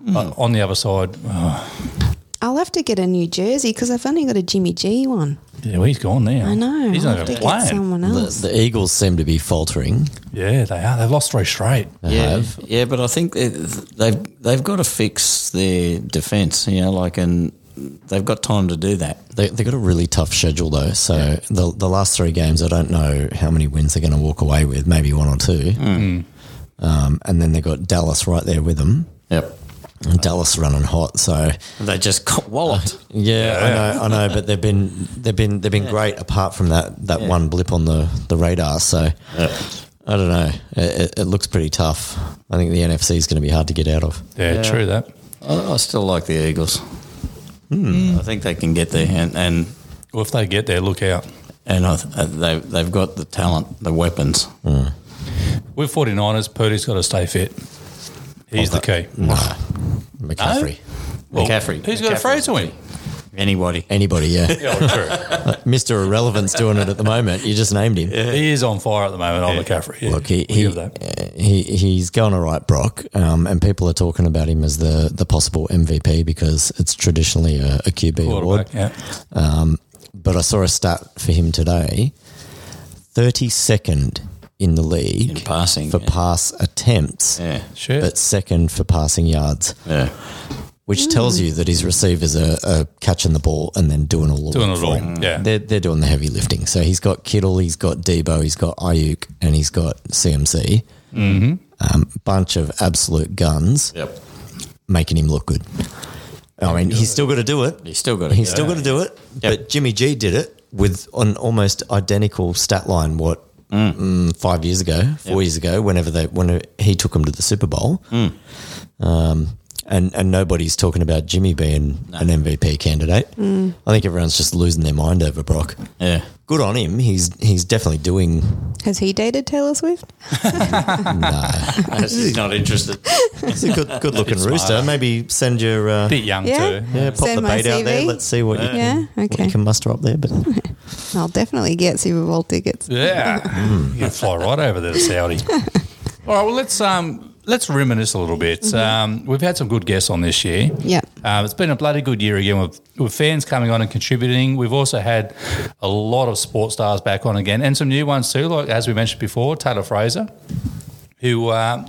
B: But on the other side, oh,
C: I'll have to get a new jersey because I've only got a Jimmy G one.
B: yeah, well, he's gone now.
C: I know.
B: He's
C: I'll
B: not
C: have to
B: even
C: get
B: playing.
C: someone
D: The,
C: else.
D: the Eagles seem to be faltering.
B: Yeah, they are. They've lost three straight.
D: They have.
E: yeah, but I think they- they've they've got to fix their defence. You know, like and they've got time to do that.
D: They, they got a really tough schedule though. So the the last three games, I don't know how many wins they're going to walk away with. Maybe one or two.
B: Mm.
D: Um, and then they got Dallas right there with them.
E: Yep,
D: And Dallas running hot. So
E: they just got walloped.
D: yeah, I know, I know. But they've been they've been they've been great apart from that that one blip on the the radar. So. I don't know. It, it, it looks pretty tough. I think the NFC is going to be hard to get out of.
B: Yeah, true that.
E: I, I still like the Eagles. I think they can get there, and and
B: Well, if they get there, look out.
E: and I, th- they they've got the talent, the weapons.
B: With 49ers, Purdy's got to stay fit. He's the key.
D: No, McCaffrey.
B: Well,
E: McCaffrey.
B: Who's got a
E: McCaffrey.
B: phrase to him?
E: Anybody?
B: (laughs)
D: Anybody, yeah.
B: Yeah, true.
D: Mr. Irrelevant's doing it at the moment. You just named him.
B: he is on fire at the moment, on McCaffrey. Yeah.
D: Look, he,
B: We'll
D: he,
B: give that.
D: uh, he he's going all right, Brock, um, and people are talking about him as the, the possible MVP because it's traditionally a, a QB award.
B: Quarterback, yeah.
D: But I saw a stat for him today: thirty second in the league
E: In passing,
D: for
E: yeah.
D: pass attempts,
E: Yeah,
B: Shit.
D: but second for passing yards,
E: yeah.
D: which tells you that his receivers are, are catching the ball and then doing all the
B: Doing
D: work
B: it
D: for
B: all.
D: him.
B: Yeah.
D: They're, they're doing the heavy lifting. So he's got Kittle, he's got Debo, he's got Ayuk, and he's got CMC. Mm-hmm. Um, bunch of absolute guns
E: Yep.
D: making him look good. I mean, he's still got to do it.
E: He's still got
D: He's
E: it.
D: still got to do it. But Jimmy G did it with an almost identical stat line. What mm, five years ago, four years ago, whenever they when he took him to the Super Bowl. Um, and, and nobody's talking about Jimmy being an MVP candidate.
C: Mm.
D: I think everyone's just losing their mind over Brock.
E: Yeah.
D: Good on him. He's he's definitely doing.
C: Has he dated Taylor Swift?
E: (laughs) He's not interested.
D: He's (laughs) a good good looking rooster. Maybe send your uh,
B: Bit young,
C: Yeah.
B: too.
D: yeah, pop
C: Send
D: the
C: my
D: bait out there.
C: CV.
D: Let's see what you
C: Yeah.
D: can, what
C: Okay.
D: you can muster up there. But
C: I'll definitely get Super Bowl tickets.
B: Yeah, you can fly right over there to Saudi. All right, well let's um let's reminisce a little bit. Um, we've had some good guests on this year.
C: Yeah.
B: um, it's been a bloody good year again with with fans coming on and contributing. We've also had a lot of sports stars back on again, and some new ones too. Like as we mentioned before, Taylor Fraser, who. Um,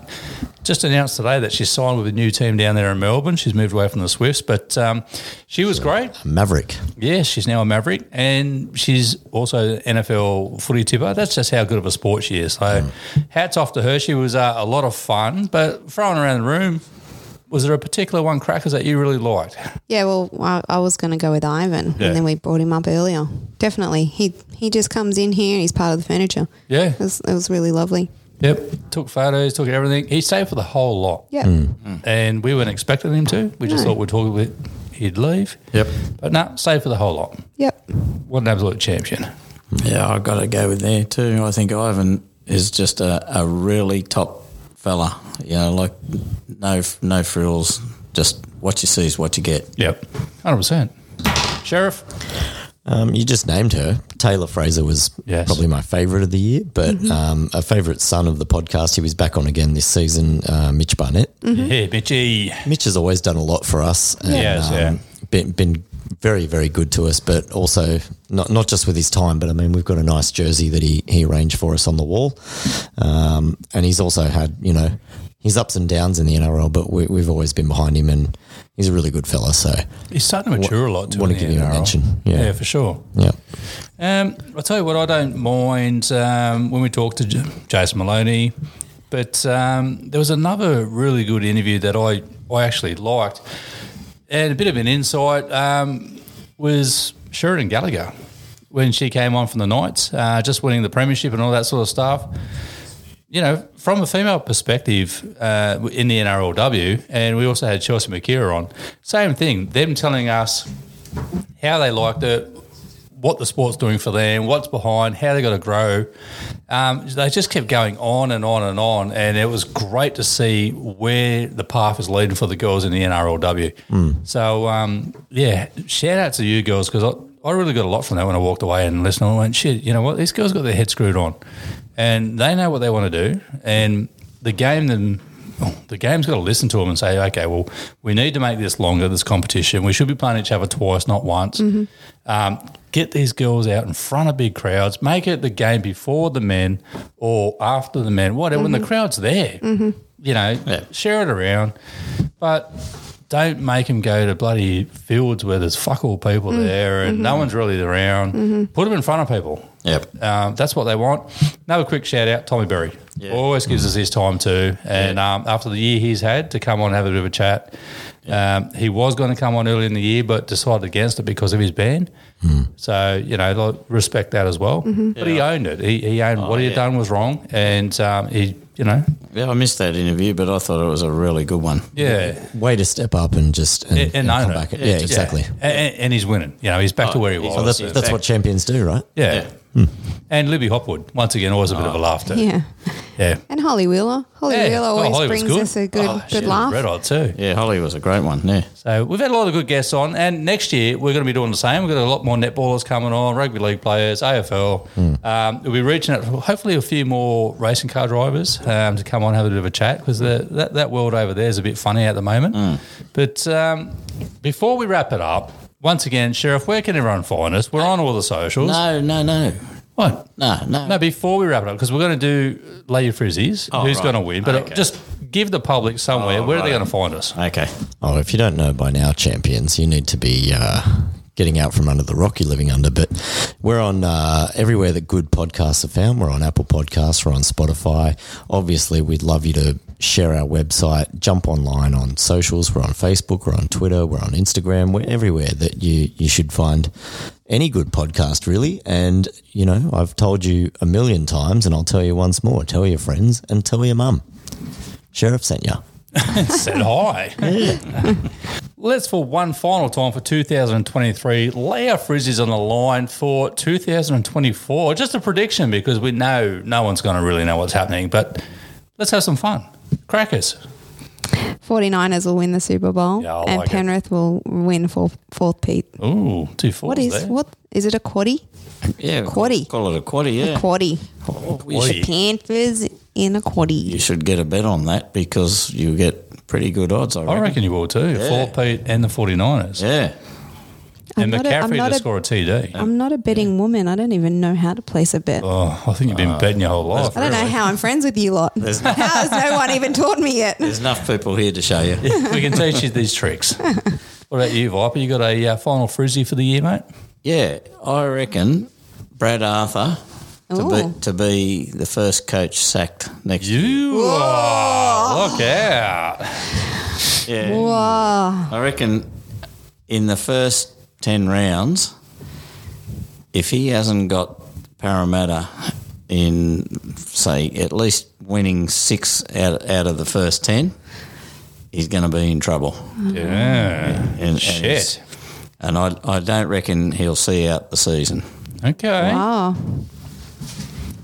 B: just announced today that she's signed with a new team down there in Melbourne. She's moved away from the Swifts, but um, she was great.
D: Maverick.
B: Yeah, she's now a Maverick, and she's also an NFL footy tipper. That's just how good of a sport she is. So, hats off to her. She was uh, a lot of fun, but throwing around the room, was there a particular one, Crackers, that you really liked?
C: Yeah, well, I, I was going to go with Ivan,
B: Yeah.
C: and then we brought him up earlier. Definitely, he he just comes in here and he's part of the furniture.
B: Yeah.
C: it was, it was really lovely.
B: Yep. Took photos, took everything. He stayed for the whole lot,
C: Yeah,
B: and we weren't expecting him to. We just
C: No.
B: thought we'd talk a bit. He'd leave.
E: Yep.
B: But no, stayed for the whole lot.
C: yep.
B: What an absolute champion.
E: Yeah, I got to go with there too. I think Ivan is just a, a really top fella. You know, like no no frills, just what you see is what you get.
B: Yep. 100%. Sheriff.
D: Um, you just named her. Taylor Fraser was
B: Yes.
D: probably my favourite of the year, but um, a favourite son of the podcast. He was back on again this season, uh, Mitch Barnett.
B: Yeah, Mitchy.
D: Mitch has always done a lot for us. And, um,
B: He has, Mm-hmm. yeah.
D: Been, been very, very good to us, but also not not just with his time, but I mean, we've got a nice jersey that he, he arranged for us on the wall. Um, and he's also had, you know, his ups and downs in the NRL, but we, we've always been behind him and he's a really good fella. So,
B: He's starting to mature a lot too.
D: wanna
B: in the
D: give him a
B: NRL.
D: mention, yeah.
B: yeah, for sure.
D: yeah.
B: Um, I'll tell you what, I don't mind um, when we talk to J- Jason Maloney, But um, there was another really good interview that I, I actually liked, and a bit of an insight um, was Sheridan Gallagher when she came on from the Knights, uh, just winning the premiership and all that sort of stuff. You know, from a female perspective uh, in the NRLW, and we also had Chelsea McKeer on. Same thing, them telling us how they liked it, what the sport's doing for them, what's behind, how they got to grow. Um, they just kept going on and on and on, and it was great to see where the path is leading for the girls in the NRLW. So, um, yeah, shout out to you girls because I, I really got a lot from that when I walked away and listened. I went, shit, you know what? These girls got their head screwed on, and they know what they want to do, and the game then the game's got to listen to them and say, okay, well, we need to make this longer, this competition. We should be playing each other twice, not once. Um, get these girls out in front of big crowds. Make it the game before the men or after the men, whatever. When the crowd's there, you know, share it around. But don't make them go to bloody fields where there's fuck all people there and no one's really around. Put them in front of people.
E: Yep.
B: Um, that's what they want. Another quick shout out, Tommy Berry.
E: Yeah.
B: Always gives us his time too. And um, after the year he's had to come on and have a bit of a chat, um, he was going to come on early in the year, but decided against it because of his ban. So you know, like, respect that as well. But he owned it. He, he owned what he had
E: yeah.
B: done was wrong, and um, he, you know,
E: Yeah, I missed that interview, but I thought it was a really good one.
B: yeah,
D: Way to step up and just and,
B: and,
D: and
B: own
D: come
B: it.
D: back. Yeah,
B: Yeah.
D: exactly.
B: A- And, and he's winning. You know, he's back to where he was.
E: he's
D: Well, that's
E: Yeah.
D: that's what champions do, right?
B: yeah.
E: Yeah.
B: And Libby Hopwood, once again, always a bit of a laughter.
C: Yeah.
B: yeah.
C: And Holly Wheeler. Holly
B: Yeah.
C: Wheeler
B: Oh,
C: always
B: Holly was
C: brings
B: good.
C: us a good,
B: Oh, she
C: good
B: was
C: laugh.
B: Red hot too.
E: Yeah, Holly was a great one. Yeah.
B: So we've had a lot of good guests on, and next year we're going to be doing the same. We've got a lot more netballers coming on, rugby league players, AFL. Um, we'll be reaching out, hopefully, a few more racing car drivers um, to come on have a bit of a chat because that that world over there is a bit funny at the moment. But um, before we wrap it up, once again, Sheriff, where can everyone find us? We're on all the socials.
E: No, no, no.
B: What?
E: No, no.
B: No, before we wrap it up, because we're going to do Lay Your Frizzies,
E: Oh,
B: who's
E: right.
B: going to win, but uh,
E: Okay.
B: just give the public somewhere.
E: Oh,
B: where are they
E: right.
B: going to find us?
E: Okay.
D: Oh, if you don't know by now, champions, you need to be uh, getting out from under the rock you're living under. But we're on uh, everywhere that good podcasts are found. We're on Apple Podcasts, we're on Spotify. Obviously, we'd love you to share our website, jump online on socials. We're on Facebook, we're on Twitter, we're on Instagram. We're everywhere that you, you should find any good podcast, really. And, you know, I've told you a million times, and I'll tell you once more tell your friends and tell your mum. Sheriff sent you.
B: said
E: (laughs)
B: hi. Let's for one final time for 2023 lay our frizzies on the line for 2024. Just a prediction because we know no one's going to really know what's happening, but let's have some fun. Crackers.
C: 49ers will win the Super Bowl.
B: Yeah, I
C: and
B: like it.
C: Penrith will win for fourth Pete.
B: Ooh, two fours
C: What is
B: there.
C: what is it a quaddy?
E: Yeah.
C: Quaddy.
E: Call it a quaddy, yeah.
C: A quaddy.
E: You
B: Quaddy.
E: should,
C: The Panthers in a quaddy.
E: you should get a bet on that because you get pretty good odds, I reckon.
B: I reckon you will too. Four Pete and the 49ers.
E: Yeah.
B: And
C: I'm not a- I'm
B: McCaffrey
C: not
B: to
C: a- Oh.
B: score a TD.
C: I'm not a betting woman. I don't even know how to place a bet.
B: oh, I think you've been
E: Ah.
B: betting your whole life.
C: I don't know how I'm friends with you lot. (laughs) how has no one even taught
B: (laughs)
C: me yet?
E: There's enough people here to show you.
B: we can teach you these tricks.
C: (laughs)
B: What about you, Viper? You got a uh, final frizzy for the year, mate?
E: Yeah, I reckon Brad Arthur to
C: Ooh.
E: be, to be the first coach sacked next year.
B: You are. Look out.
E: Yeah.
C: Wow.
E: I reckon in the first 10 rounds, if he hasn't got Parramatta in, say, at least winning six out, out of the first 10, he's going to be in trouble.
B: Yeah.
E: And, and
B: Shit.
E: it's- And I, I don't reckon he'll see out the season.
B: Okay.
C: Wow.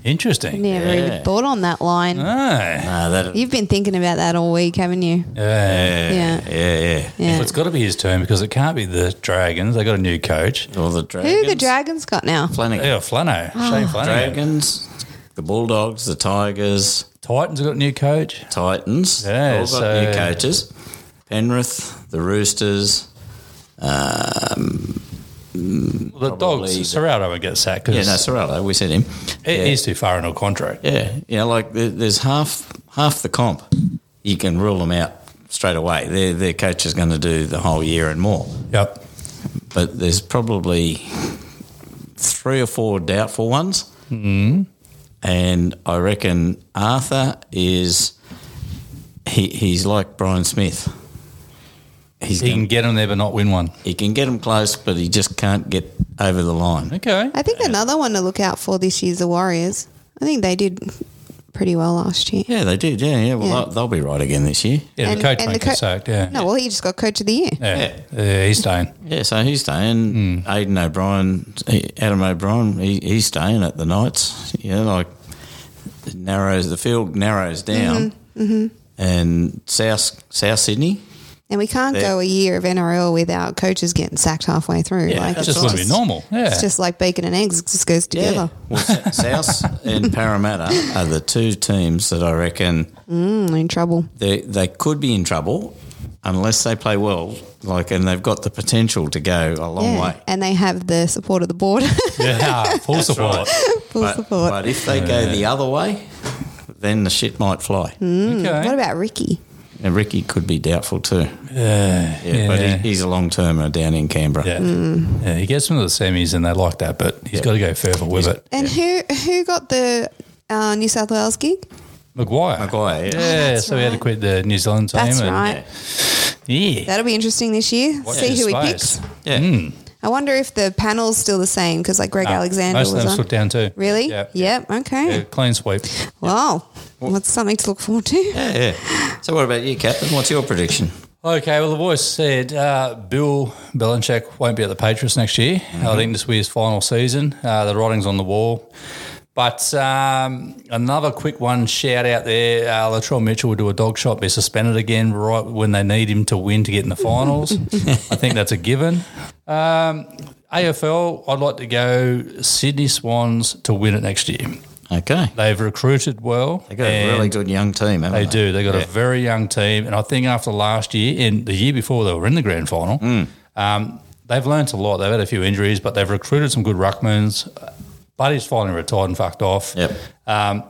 B: Interesting.
C: Oh, Never
E: Yeah.
C: even thought on that line.
B: Ah.
E: No, that,
C: You've been thinking about that all week, haven't you?
B: Yeah.
C: Yeah.
E: yeah, yeah.
B: Well,
C: Yeah.
B: it's got to be his turn because it can't be the Dragons. They got a new coach.
E: Or the Dragons.
C: Who the Dragons got now?
E: Flanagan.
B: Yeah, Flano.
C: Ah.
B: Shane Flano.
E: Dragons, the Bulldogs, the Tigers,
B: Titans have got a new coach.
E: Titans.
B: Yeah,
E: all got
B: so-
E: new coaches. Penrith, the Roosters. um,
B: The
E: Probably
B: Dogs.
E: the-
B: Serrato won't get sacked
E: Yeah, no,
B: because
E: Serrano, we said him. yeah.
B: he's too far into a contract.
E: Yeah, you know, like there- there's half half the comp. You can rule them out straight away. Their their coach is going to do the whole year and more.
B: Yep.
E: But
B: Mm-hmm.
E: there's probably three or four doubtful ones. and I reckon Arthur is he, he's like Brian Smith. He's
B: He can
E: gonna,
B: get them there but not win one.
E: he can get him close, but he just can't get over the line.
B: Okay.
C: I think another one to look out for this year's the Warriors. I think they did pretty well last year.
E: Yeah, they did. Yeah, yeah. Well,
C: Yeah.
E: They'll, they'll be right again this year.
B: Yeah,
C: And-
B: the coach
C: and the
B: makes
C: co-
B: it soaked, yeah.
C: No, well, he just got coach of the year.
B: yeah. Yeah, he's staying.
E: Yeah, so he's staying. Aidan O'Brien, Adam O'Brien, he, he's staying at the Knights. You know, like it narrows the field narrows down, and South South Sydney.
C: And we can't
E: They-
C: go a year of NRL without coaches getting sacked halfway through.
E: Yeah,
C: like
E: that's
B: That's
C: it's
B: just wouldn't be normal. Yeah.
C: It's just like bacon and eggs; it just goes together.
E: well, S- (laughs) South and Parramatta are the two teams that I reckon
C: Mm, in trouble.
E: they they could be in trouble unless they play well. Like, and they've got the potential to go a long
C: yeah.
E: way.
C: And they have the support of the board. (laughs)
B: yeah, full support.
C: Full
E: But,
C: support.
E: but if they go the other way, then the shit might fly.
C: Mm.
B: Okay.
C: what about Ricky?
E: And Ricky could be doubtful too.
B: yeah,
E: Yeah, but he, he's a long termer down in Canberra.
B: yeah.
C: Mm.
B: Yeah, he gets them to the semis and they like that, but he's got to go further with it.
C: And who who got the uh, New South Wales gig?
B: Maguire.
E: Maguire, Oh, yeah.
B: Yeah,
C: Ah, That's
B: so he had to
C: right.
B: quit the New Zealand team.
C: That's
B: and,
C: right.
B: Yeah.
C: That'll be interesting this year.
B: Watch
C: See
B: his
C: who he
B: space. Mm.
C: picks.
E: Yeah.
C: I wonder if the panel's still the same because like Greg Alexander
B: Most of
C: was
B: them
C: on.
B: stood down too.
C: Really?
B: Yeah.
C: Yep. Okay.
B: Yeah, Clean sweep.
C: Wow. Well, that's something to look forward to.
E: Yeah, yeah. So what about you, Captain? What's your prediction?
B: Okay, well, the voice said uh, Bill Belichick won't be at the Patriots next year.
E: Mm-hmm.
B: I think this will be his final season. Uh, the writing's on the wall. But um, another quick one shout out there uh, Latrell Mitchell will do a dog shot, be suspended again right when they need him to win to get in the
E: (laughs)
B: finals. I think that's a given. Um, AFL, I'd like to go Sydney Swans to win it next year.
E: Okay.
B: They've recruited well.
E: They got a really good young team, haven't they?
B: They do. They got a very young team, and I think after last year and the year before they were in the grand final,
E: Mm.
B: um, they've learnt a lot. They've had a few injuries, but they've recruited some good ruckmans. Buddy's finally retired and fucked off.
E: Yep.
B: Um,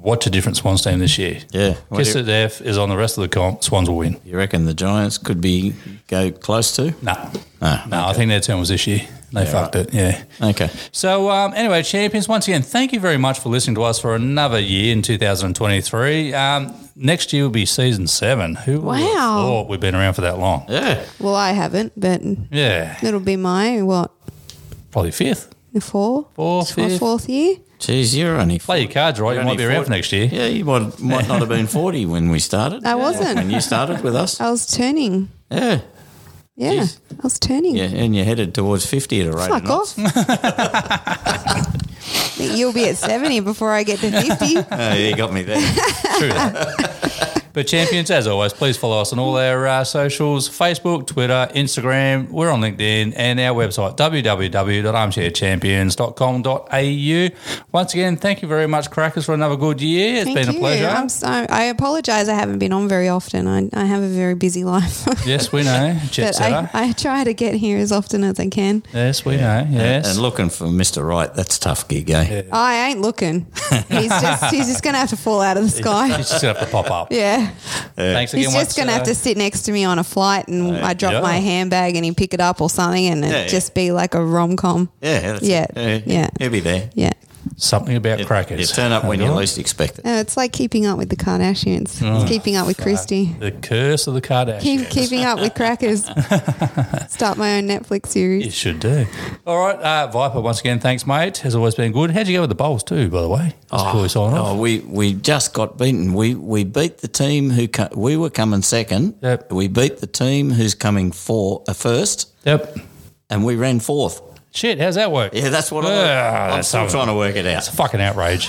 B: watch a different Swans team this year.
E: Yeah. What
B: Kiss
E: do
B: of death is on the rest of the comp. Swans will win.
E: You reckon the Giants could be go close to?
B: No,
E: No.
B: no, I think their turn was this year. They fucked it. Yeah.
E: Okay.
B: So, um, anyway, champions, once again, thank you very much for listening to us for another year in 2023. Um, next year will be season seven. Who would have
C: Wow.
B: thought we've been around for that long?
E: Yeah.
C: Well, I haven't, but
B: Yeah,
C: it'll be my what
B: probably fifth.
C: four
B: Fourth,
C: my
B: fifth.
C: fourth year.
E: Geez, you're only
B: Play your cards right. You
E: only
B: might be around
E: 40.
B: for next year.
E: Yeah, you might might not have
B: (laughs)
E: been forty when we started.
C: I wasn't.
E: When you started with
C: (laughs)
E: us.
C: I was turning.
E: Yeah.
C: Yeah,
E: Jeez.
C: I was turning.
E: Yeah, and you're headed towards fifty at a rate. of
C: Fuck
E: knots.
C: off.
E: (laughs)
C: (laughs) You'll be at seventy before I get to fifty.
E: Oh, you got me there.
B: True. (laughs) but champions, as always, please follow us on all our uh, socials: Facebook, Twitter, Instagram. We're on LinkedIn and our website www.armchairchampions.com.au. Once again, thank you very much, Crackers, for another good year. It's
C: Thank
B: been a
C: you.
B: pleasure.
C: I'm so, I apologize. I haven't been on very often. I, I have a very busy life. (laughs)
B: yes, we (laughs) know. Jet
C: but I,
B: setter.
C: I try to get here as often as I can.
B: yes, we know. Yes.
E: And looking for Mr. Right, that's tough gig, eh?
C: I
B: (laughs)
C: ain't looking. He's just he's just gonna have to fall out of the sky.
B: It's just gonna have to pop up.
C: Yeah,
B: Thanks again.
C: he's
B: once,
C: just gonna have
B: uh,
C: to sit next to me on a flight, and I drop
B: yeah.
C: my handbag, and he pick it up or something, and it
E: Yeah, yeah.
C: just be like a rom com.
E: Yeah, that's
C: Yeah,
E: it.
C: yeah.
E: He'll be there.
C: Yeah,
B: something about
E: You
B: crackers.
E: turn up when you
B: Alright.
E: least expect it.
C: no, Uh, it's like keeping up with the Kardashians.
B: Oh,
C: it's keeping up with Christie.
B: The curse of the Kardashians.
C: Keep, keeping up
B: (laughs)
C: with crackers. Start my own
B: It
C: Netflix series.
B: should do. All right, uh, Viper, once again, thanks, mate. Has always been good. How'd you go with the bowls, too, by the way? That's cool, we sign off.
E: Oh, we, we just got beaten. We we beat the team who co- we were coming second.
B: Yep.
E: We beat the team who's coming for uh, first,
B: Yep.
E: and we ran fourth.
B: Shit, how's that work?
E: Yeah, that's what I-
B: Ah,
E: I'm
B: that's
E: still
B: something.
E: trying to work it out. (laughs)
B: It's a fucking outrage.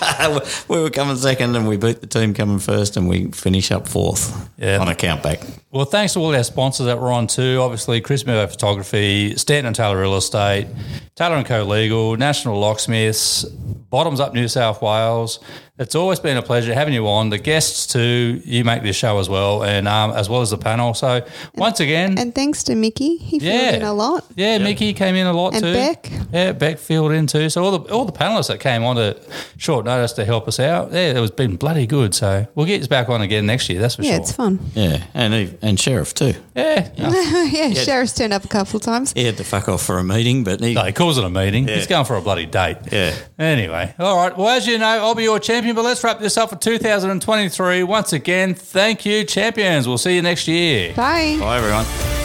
E: we were coming second, and we beat the team coming first, and we finish up fourth
B: Yeah.
E: on a countback.
B: well, thanks to all our sponsors that we're on, too. Obviously, Chris Miller Photography, Stanton and Taylor Real Estate, Taylor and Co Legal, National Locksmiths, Bottoms Up New South Wales, It's always been a pleasure having you on. The guests too. You make this show as well, and um, as well as the panel. So once again,
C: And thanks to Mickey, he filled
B: yeah,
C: in a lot.
B: Yeah, Mickey came in a lot
C: And
B: too.
C: Beck.
B: Yeah, Beck filled in too. So all the all the panelists that came on at short notice to help us out. Yeah, it was been bloody good. So we'll get you back on again next year. That's for
C: Yeah,
B: sure.
C: it's fun. (laughs)
E: Yeah, and ev- and sheriff too.
B: yeah. No,
C: yeah, Sheriff's turned up a couple of times.
E: He had to fuck off for a meeting, but he,
B: no, he calls it a meeting. He's going for a bloody date.
E: Yeah.
B: Anyway, all right. Well, as you know, I'll be your champion, but let's wrap this up for 2023. Once again, thank you, champions. We'll see you next year.
C: Bye.
E: Bye everyone.